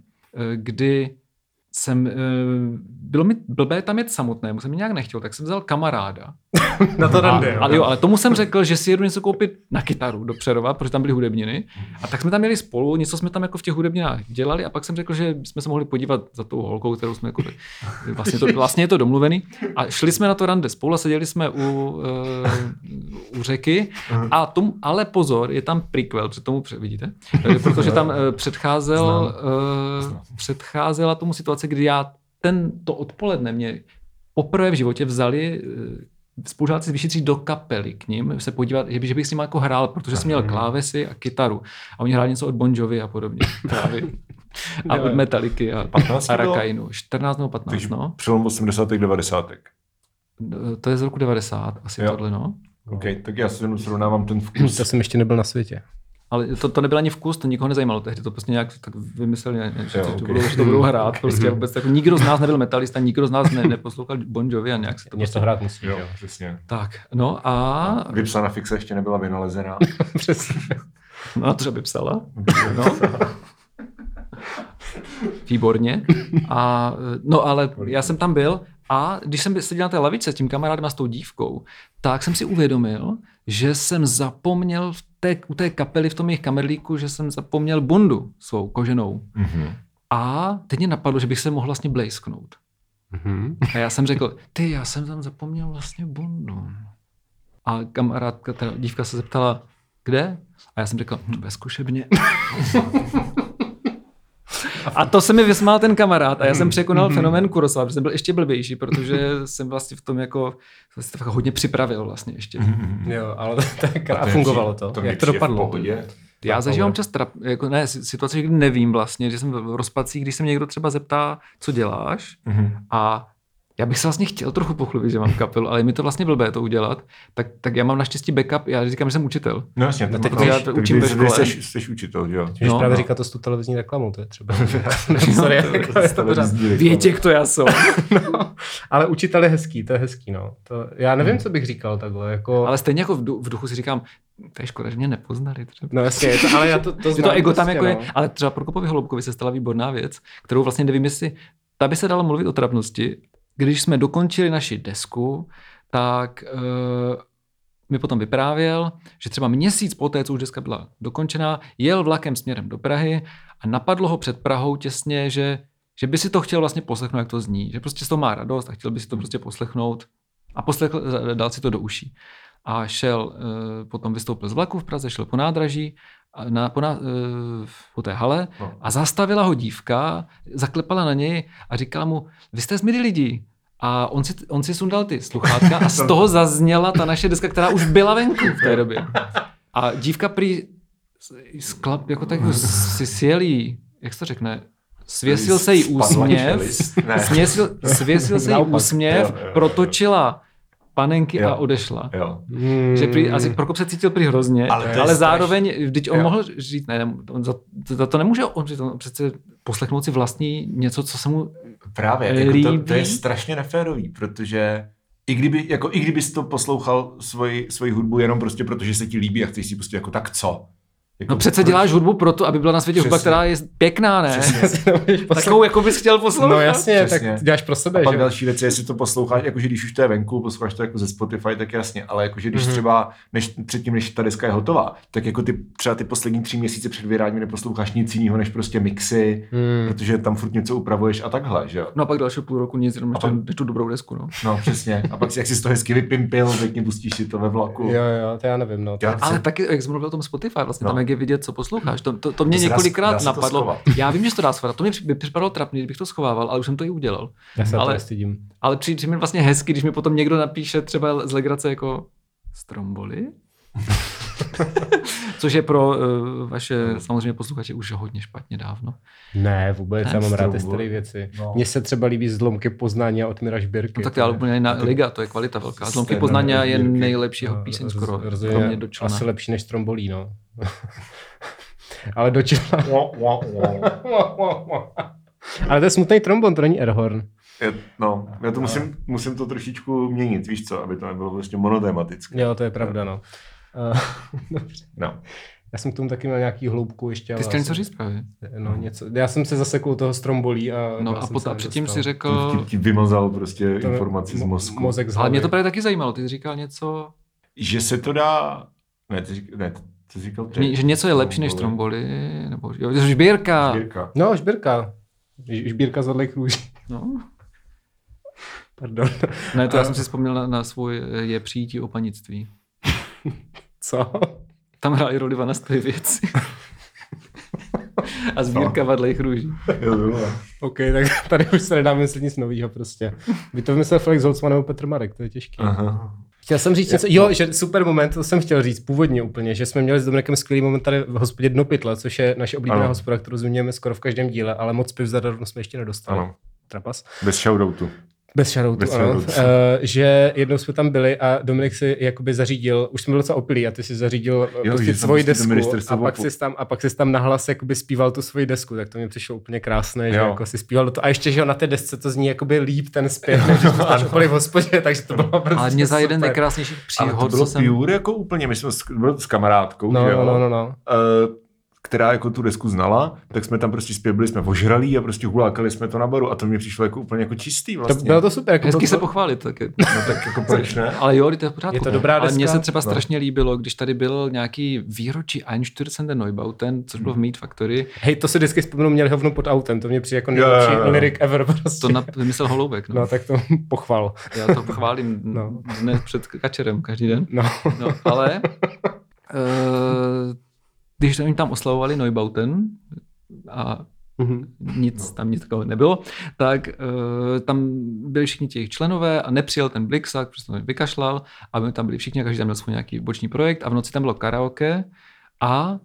C: kdy jsem, uh, bylo mi blbé tam jet samotnému, jsem mi nějak nechtěl, tak jsem vzal kamaráda.
A: Na to
C: A,
A: rande,
C: ale jo, ale tomu jsem řekl, že si jedu něco koupit na kytaru do Přerova, protože tam byly hudebniny. A tak jsme tam jeli spolu, něco jsme tam jako v těch hudebninách dělali a pak jsem řekl, že jsme se mohli podívat za tou holkou, kterou jsme jako, vlastně, to, vlastně je to domluvený. A šli jsme na to rande spolu a seděli jsme u, uh, u řeky. A tom, ale pozor, je tam prequel, před tomu pře- vidíte, Eh, protože tam eh, předcházel, uh, předcházela tomu situace, kdy já ten to odpoledne mě poprvé v životě vzali eh, spolužáci z vyšší třídy do kapely k ním se podívat, že, by, že bych s nimi jako hrál, protože jsem měl klávesy a kytaru. A oni hráli něco od Bon Jovi
B: [LAUGHS]
C: a podobně. Právě. A
A: Jo,
C: od
A: jo.
C: Metalliky a, [LAUGHS]
B: 15
C: a
B: bylo?
C: Rakainu. 14 nebo 15,
B: Takže
C: no.
B: přelom 80. 90.
C: Eh, To je z roku 90 asi
B: Jo.
C: tohle, no.
B: OK, tak já si jenom srovnávám ten vkus.
A: To jsem ještě nebyl na světě.
C: Ale to, to nebyl ani vkus, to nikoho nezajímalo tehdy, to prostě nějak tak vymysleli, ne, že,
B: Jo,
C: jo,
B: ok.
C: okay. budou, že to
B: [LAUGHS]
C: budou hrát. Prostě vůbec, jako, nikdo z nás nebyl metalista, nikdo z nás ne, neposlouchal Bon Jovi a nějak se to... prostě-
A: Něco hrát musí,
B: Jo, přesně.
C: Tak, no a...
B: Vypsaná fixe ještě nebyla [LAUGHS] vynalezená.
A: [LAUGHS] Přesně.
C: No, třeba by psala. No. Výborně. A, eh, no ale já jsem tam byl a když jsem seděl na té lavice s tím kamarádem a s tou dívkou, tak jsem si uvědomil, že jsem zapomněl v té, u té kapely v tom jejich kamerlíku, že jsem zapomněl bundu svou koženou.
B: Mhm.
C: A teď mě napadlo, že bych se mohl vlastně blejsknout.
A: Mhm.
C: A já jsem řekl, ty, já jsem tam zapomněl vlastně bundu. A kamarádka, ta dívka se zeptala, kde? A já jsem řekl, hm, ve zkušebně. [LAUGHS] A to se mi vysmál ten kamarád a já jsem překonal fenomén Kurosawa, protože jsem byl ještě blbější, protože jsem vlastně v tom jako jsem se tak hodně připravil vlastně ještě.
A: Jo, ale tak
B: A
A: a
B: je
A: fungovalo
B: při-
A: to.
B: to mě
A: Jak to
B: přijde v
A: dopadlo?
B: pohodě.
C: Já zažívám
A: ale-
C: čas trap, jako ne, si- situace, kdy nevím vlastně, že jsem v rozpacích, když se mě někdo třeba zeptá, co děláš,
B: Mhm.
C: A já bych se vlastně chtěl trochu pochlubit, že mám kapelu, ale je mi to vlastně blbé to udělat, tak, tak já mám naštěstí backup, já říkám, že jsem učitel.
B: No jasně,
A: No
B: to
A: teď
B: potom-
C: já to
B: tak
C: učím
B: ty-
C: ve
B: ty
C: škole.
B: Jsi, jsi učitel, že jo?
A: Když
C: No,
A: právě
C: no.
A: říká to s tou televizní reklamou, to je třeba. [LAUGHS] Sorry, jako je to pořád.
B: Televizní reklama.
C: Větě, kdo já jsem.
A: No, ale učitel je hezký, to je hezký, no. To, já nevím, co bych říkal takhle, jako...
C: Ale stejně jako v, du- v duchu si říkám, to je škoda, že mě nepoznali třeba.
A: No jasně, je to, ale já to, to
C: Že
A: znám
C: to ego tam
A: prostě,
C: jako je,
A: no.
C: ale třeba Prokopovi Holubkovi se stala výborná věc, kterou vlastně nevím, jestli, ta by se dala mluvit o trapnosti. Když jsme dokončili naši desku, tak uh, mi potom vyprávěl, že třeba měsíc poté, co už deska byla dokončená, jel vlakem směrem do Prahy a napadlo ho před Prahou těsně, že, že by si to chtěl vlastně poslechnout, jak to zní, že prostě z toho má radost a chtěl by si to prostě poslechnout a poslechl, dal si to do uší. A šel, eh, potom vystoupil z vlaku v Praze, šel po nádraží, a na, po, na, eh, po té hale
B: No.
C: a zastavila ho dívka, zaklepala na něj a říkala mu, vy jste z Midi lidí. A on si, on si sundal ty sluchátka
B: [LAUGHS]
C: a z toho zazněla ta naše deska, která už byla venku v té době. A dívka prý sklap, jako tak si sjel jí, jak se to řekne, svěsil se jí
B: Spadla
C: úsměv,
B: čelist. Ne.
C: svěsil, svěsil se jí
A: Naopak.
C: úsměv,
B: Jo, jo, jo.
C: protočila panenky
B: Jo.
C: a odešla.
B: Jo.
A: Hmm.
C: Že
A: [LAUGHS]
C: prý, asi Prokop se cítil prý hrozně,
B: Ale to je
C: ale, ale
B: strašný.
C: zároveň, vždyť on
B: Jo.
C: mohl říct, ne, ne, on za, za to nemůže, on, že to- on přece poslechnout si vlastní něco, co se mu...
B: Právě, jako to, to je
C: Líbí.
B: strašně neférový, protože i kdyby, jako, i kdyby jsi to poslouchal svoji, svoji hudbu jenom prostě proto, že se ti líbí a chceš si prostě jako tak co? Jako,
C: No přece děláš hudbu proto, aby byla na světě hudba,
B: Přesně.
C: která je pěkná, ne?
B: Přesně.
C: [LAUGHS] Takovou, jako bys chtěl poslouchat.
A: No jasně,
B: Přesně.
A: tak děláš pro
B: A
A: sebe,
B: pak
A: že?
B: další věc je, jestli to posloucháš, jakože když už to je venku, posloucháš to jako ze Spotify, tak jasně, ale jakože když
C: Mhm.
B: mm-hmm. třeba než, předtím, než ta deska je hotová, tak jako ty třeba ty poslední tři měsíce před vyráním neposloucháš nic jiného než prostě mixy,
A: Hmm.
C: Mhm.
B: protože tam furt něco upravuješ a takhle, že jo?
C: No a pak další půl roku nic, jenom
B: A
C: než,
B: pak-
C: tu- než tu dobrou desku, no.
B: No přesně. A pak si, jak jsi to hezky vypimpil, řekni, pustíš si to ve vlaku.
A: Hmm. Jo, jo, to já nevím, no.
B: Já
A: To...
C: Ale taky, jak jsi mluvil o tom Spotify, vlastně
B: No.
C: no. tam, jak je vidět, co posloucháš, to, to, to mě
B: To se dá-
C: několikrát
B: dá se to
C: napadlo.
B: schovat.
C: Já vím, že se to dá schovat, to mě při- by připadalo trapný, kdybych to schovával, ale už jsem to i udělal.
A: Já se ale... to
C: ale-
A: nestydím.
C: Ale přijde přijde mi vlastně hezky, když mi potom někdo napíše třeba z legrace jako Stromboli? [LAUGHS] Což je pro uh, vaše samozřejmě posluchače už hodně špatně dávno. No
A: Ne, vůbec,
C: Ne,
A: já mám rád ty
B: Stromboli.
A: staré věci.
B: No.
A: Mně se třeba líbí zlomky poznání a Otmíra Žbírky.
C: No, tak
A: to
C: to je
A: je-
C: úplně jiná liga, to je kvalita velká. Zlomky
B: Stejné
C: Poznání je eh,
B: sbírky.
C: nejlepší jeho
A: No,
C: píseň
A: roz-
C: skoro,
A: rozhodně
C: kromě dočlena.
A: Asi lepší než Trombolí, no. [LAUGHS] ale dočlena.
B: Jo, jo, jo.
A: [LAUGHS] ale to je smutný trombon, to není Erhorn.
B: Je- No, já to musím, musím to trošičku měnit, víš co, aby to nebylo vlastně monotematické.
A: Jo, to je pravda, no. Eh, Dobře.
B: No.
A: Já jsem k tomu taky měl nějaký hloubku ještě. ale
C: Ty jsi chtěl
A: já
C: něco
A: jsem-
C: říct právě.
A: No, něco. Já jsem se zasekl u toho strombolí a... já
C: No a,
A: jsem
C: pot,
A: se
C: a předtím
A: nedostal.
C: si
B: To
C: řekl,
B: ti, ti vymazal prostě
A: To-
B: informaci z
A: mo-
B: mozku.
A: Mozek z
C: ale
A: hlavy.
C: mě to právě taky zajímalo, ty jsi říkal něco,
B: Že se to dá... Ne, ty říkal, ne, ty říkal ty.
C: že, že něco je lepší než
B: Stromboli.
C: Stromboli, nebo jo, žbírka.
B: Jirka.
A: No, žbírka. Ž- Žbírka zvedlej kůží.
C: No.
A: [LAUGHS] Pardon.
C: Ne, to já jsem si vzpomněl na, na svůj eh, je přijítí o panictví.
A: Co?
C: Tam hráli roli
B: [LAUGHS]
C: vanastoje věci. A sbírka vadlejch růží.
B: Jo, No. to bylo.
A: OK, tak tady už se nedá myslet nic nového prostě. By to vymyslel Felix Holzman nebo Petr Marek, to je těžké.
B: Aha.
A: Chtěl jsem říct něco, jo, že super moment, to jsem chtěl říct původně úplně, že jsme měli s Dominikem skvělý moment tady v hospodě Dno pytle, což je naše oblíbená
B: Ano.
A: hospoda, kterou zmiňujeme skoro v každém díle, ale moc piv zadarmo jsme ještě nedostali.
B: Ano.
A: Trapas.
B: Bez shoutoutu.
A: Bez šaroutu,
B: Bez
A: bez ano. Uh,
B: šaroutu.
A: že jednou jsme tam byli a Dominik si jakoby zařídil, už jsme byli docela opilí a ty si zařídil jo,
B: že
A: prostě
B: tam
A: svoji
B: prostě do
A: desku
B: ministerstva
A: a pak,
B: opu-
A: si tam, a pak si tam nahlas jakoby zpíval tu svoji desku, tak to mi přišlo úplně krásné, že
B: Jo.
A: jako si zpíval do toho. A ještě, že jo, na té desce to zní jakoby líp ten zpěv, než když to tam byli v hospodě, takže to bylo prostě
C: Ale mě za jeden
A: super.
C: nejkrásnějších
B: Ale to
C: příhod, co
B: bylo
C: jsem...
B: pure jako úplně, my jsme s, bylo to s kamarádkou,
A: No,
B: že
A: no,
B: jo?
A: no, no, no.
B: eh, která jako tu desku znala, tak jsme tam prostě zpěvili, jsme ožralí a prostě hulákali jsme to na baru a to mě přišlo jako úplně jako čistý
A: To,
B: vlastně.
A: bylo to super. Jako
C: Hezky
A: bylo
C: se
A: to,
C: pochválit taky.
B: No tak
C: [LAUGHS]
B: jako proč ne? No.
C: Ale jo, to je v pořádku.
A: Je to dobrá
C: Ale mně
A: deska?
C: se třeba strašně líbilo, když tady byl nějaký výročí Einstürzende Neubauten, což
B: Mhm.
C: bylo v Meat Factory,
A: Hej, to si vždycky vzpomenu, měl hovno pod autem, to mě přijde jako
B: Jo, jo, jo.
A: nejlepší lyric ever prostě.
C: to na- vymyslel Holoubek. No.
A: No, tak to [LAUGHS] pochval.
C: Já to chválím no.
A: No.
C: dnes před kačerem každý den.
A: No.
B: [LAUGHS]
C: No, ale uh, když tam, tam oslavovali Neubauten a
A: Mhm.
C: nic tam nic takového nebylo, tak uh, tam byli všichni ti jejich členové a nepřijel ten Blixak, protože to vykašlal a my tam byli všichni, a každý tam měl svůj nějaký boční projekt a v noci tam bylo karaoke a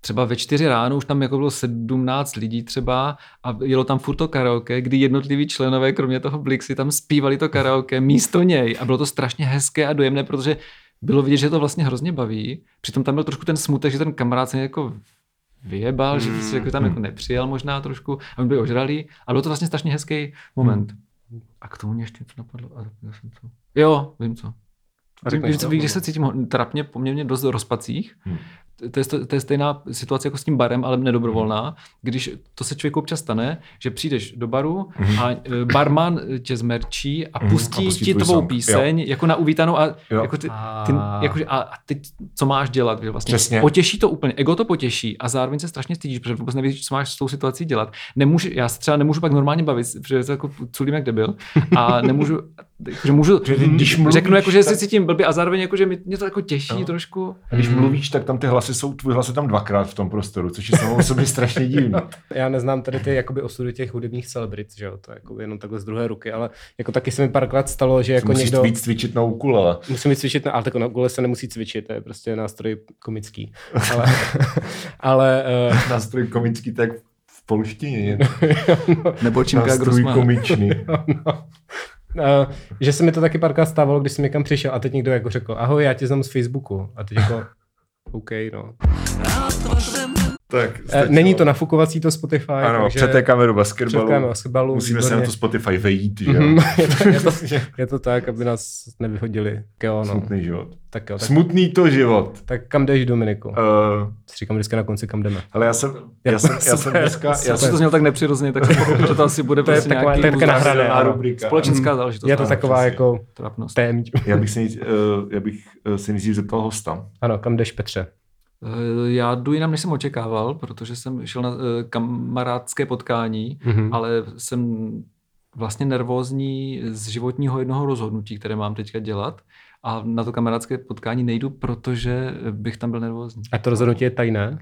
C: třeba ve čtyři ráno už tam jako bylo 17 lidí třeba a jelo tam furt to karaoke, kdy jednotliví členové, kromě toho Blixy, tam zpívali to karaoke místo něj a bylo to strašně hezké a dojemné, protože bylo vidět, že to vlastně hrozně baví. Přitom tam byl trošku ten smutek, že ten kamarád se jako vyjebal, že prostě jako
A: Hmm.
C: tam jako nepřijel možná trošku a my byli ožralí, ale bylo to vlastně strašně hezký moment.
A: Hmm.
C: A k tomu mě ještě něco napadlo. A já jsem to... Jo, vím co.
A: A řekneš
C: Když,
A: to?
C: když se cítím ho- trapně poměrně dost do rozpacích,
B: Hmm.
C: to je, sto- to je stejná situace jako s tím barem, ale nedobrovolná. Když to se člověku občas stane, že přijdeš do baru a eh, barman tě zmerčí a pustí, a
B: pustí
C: pustí ti
B: tvůj
C: tvou
B: song.
C: píseň jo. jako na uvítanou a,
B: Jo.
C: jako ty, ty, jako, že- a, a teď co máš dělat? Že vlastně
B: Přesně.
C: Potěší to úplně, ego to potěší a zároveň se strašně stydíš, protože vůbec nevíš, co máš s tou situací dělat. Nemůžu, já se třeba nemůžu pak normálně bavit, protože se jako culím jak debil a nemůžu, že můžu,
B: Protože když mluvíš,
C: řeknu, jako, že
B: tak-
C: se cítím blbě a zároveň jako, že mě, mě to jako těší
B: Jo.
C: trošku.
B: A když
A: Mhm.
B: mluvíš, tak tam ty hlasy jsou, tvůj hlas je tam dvakrát v tom prostoru, což je samo o sobě strašně
A: [LAUGHS]
B: divný.
A: Já neznám tady ty jakoby osudy těch hudebních celebrit, že jo, to je jako jenom takhle z druhé ruky, ale jako taky se mi párkrát stalo, že
B: Jako
A: jako
B: musíš
A: někdo...
B: někdo... víc cvičit na ukulele.
A: Musím jít cvičit, na, ale tak na gule se nemusí cvičit, to je prostě nástroj
B: [LAUGHS]
A: komický. Ale, ale eh,
B: Nástroj komický, tak v
A: [LAUGHS]
B: polštině je
C: Nebo čímka
B: nástroj
C: Grossman.
B: komičný.
A: eh, že se mi to taky párkrát stávalo, když jsem někam přišel a teď někdo jako řekl, ahoj, já tě znám z Facebooku. A teď jako, OK, no.
B: tak,
A: Eh,
B: stačilo.
A: Není to nafukovací, to Spotify,
B: Ano,
A: takže
B: přetékáme do basketbalu.
A: přetékáme basketbalu,
B: Musíme se
A: výborně.
B: na to Spotify vejít, že jo? [LAUGHS]
A: Mhm, [LAUGHS] je, to, je, to, je to tak, aby nás nevyhodili. Jo, no.
B: Smutný život.
A: Tak jo, tak,
B: Smutný to život.
A: tak kam jdeš, Dominiku?
B: Uh,
A: Si říkám vždycky na konci, kam jdeme.
B: ale já jsem,
A: [LAUGHS]
B: já jsem, já jsem
A: Super,
B: dneska, já
C: Já jsem
B: jsem
C: to zněl tak nepřirozeně, tak jsem pochopil, že to asi bude
A: To je
C: prostě
A: taková-
C: nějaký
A: to je taková
C: uzavřená
A: nahrané, ano.
B: rubrika.
C: Společenská záležitost.
A: Je Mhm. to
C: ano,
A: taková
B: přesně.
A: jako
C: Trapnost.
A: témť.
B: Já bych se, nejc- eh, já bych eh, se nejdřív zeptal hosta.
A: Ano, kam jdeš, Petře?
C: Eh, Já jdu jinam, než jsem očekával, protože jsem šel na eh, kamarádské potkání,
A: Mhm.
C: ale jsem vlastně nervózní z životního jednoho rozhodnutí, které mám teďka dělat. A na to kamarádské potkání nejdu, protože bych tam byl nervózní.
A: A to rozhodnutí je tajné?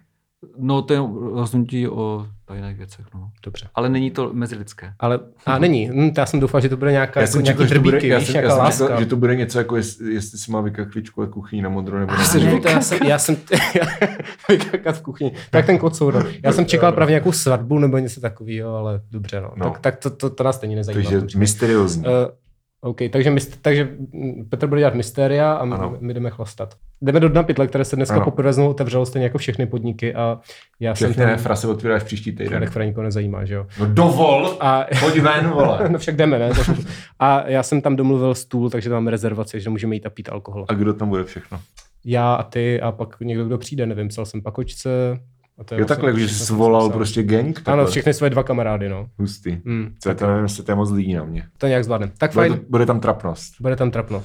C: No, to je rozhodnutí o tajných věcech. No.
A: Dobře.
C: Ale není to mezilidské.
A: Ale, a není, hm, to já jsem doufal, že to bude nějaká,
B: Mhm. Já
A: jako
B: jsem
A: nějaký
B: čekal, že to bude,
A: drbíky,
B: já
A: víš,
B: jsem,
A: nějaká
B: já jsem
A: láska.
B: čekal, že to bude něco jako, jestli, jestli si má vykachličku a kuchyni na modro nebo
A: Já
B: na
A: jsem-
B: bílou.
A: já jsem, já jsem, [LAUGHS] vykakat v kuchyni, tak ten kocour. no." Já jsem čekal právě nějakou svatbu nebo něco takového, ale dobře, no.
B: No.
A: Tak, tak to, to, to nás stejně nezajímá.
B: Takže
A: upřímně.
B: mysteriózní.
A: Uh, OK, takže, myst- takže mm, Petr bude dělat mystéria a my,
B: Ano.
A: my jdeme chlastat. Jdeme do dna pytle, které se dneska
B: Ano.
A: poprvé znovu otevřelo, stejně jako všechny podniky a já
B: Všechny
A: jsem
B: ne,
A: tam...
B: frasy otvíráš příští
A: Radek
B: týden.
A: Franko nezajímá, že jo?
B: No dovol,
A: A,
B: pojď ven, vole.
A: [LAUGHS] no však jdeme, ne? A já jsem tam domluvil stůl, takže tam máme rezervaci, že můžeme jít a pít alkohol.
B: A kdo tam bude všechno?
A: Já a ty a pak někdo, kdo přijde, nevím, psal jsem pakočce. A to
B: Jo
A: vlastně
B: takhle, jako, že
A: všechno,
B: jsi
A: co jsem
B: svolal
A: psal.
B: prostě gang?
A: Ano,
B: takhle?
A: všechny své dva kamarády, no.
B: Hustý.
A: Hmm,
B: Co je to, nevím, jestli to je moc lidí na mě.
A: to nějak zvládne. Tak
B: Bude,
A: fajn,
B: to- bude tam trapnost.
A: bude tam trapno.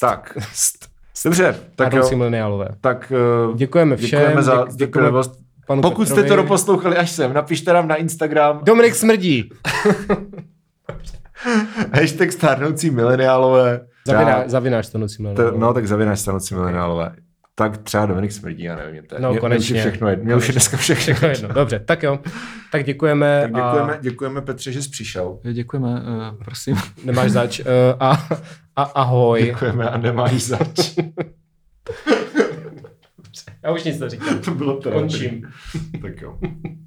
B: Tak. st. Dobře, tak
A: Adam
B: jo.
A: Simoniálové.
B: Tak eh,
A: Děkujeme všem.
B: děkujeme za
A: děk-
B: děkujeme
A: panu
B: Pokud jste
A: Petrovi.
B: to doposlouchali až sem, napište nám na Instagram
A: Dominik smrdí.
B: [LAUGHS] hashtag stárnoucí mileniálové.
A: Zaviná,
B: Třeba-
A: zavináš to nocí
B: t- no tak zavináš stárnoucí mileniálové. Tak třeba Dominik smrdí, já nevím, to je.
A: No,
B: Mě- mě už je
A: konečně.
B: všechno jedno. Mě už je dneska všechno
A: Všechno
B: jedno.
A: jedno. Dobře, tak jo. Tak děkujeme.
B: Tak děkujeme, děkujeme Petře, že jsi přišel.
C: Děkujeme, eh, prosím.
A: A nemáš zač. Uh, a, a ahoj.
B: Děkujeme a nemáš zač. [LAUGHS]
A: Já už nic neříkám.
B: to bylo to.
A: Končím.
B: Tak jo.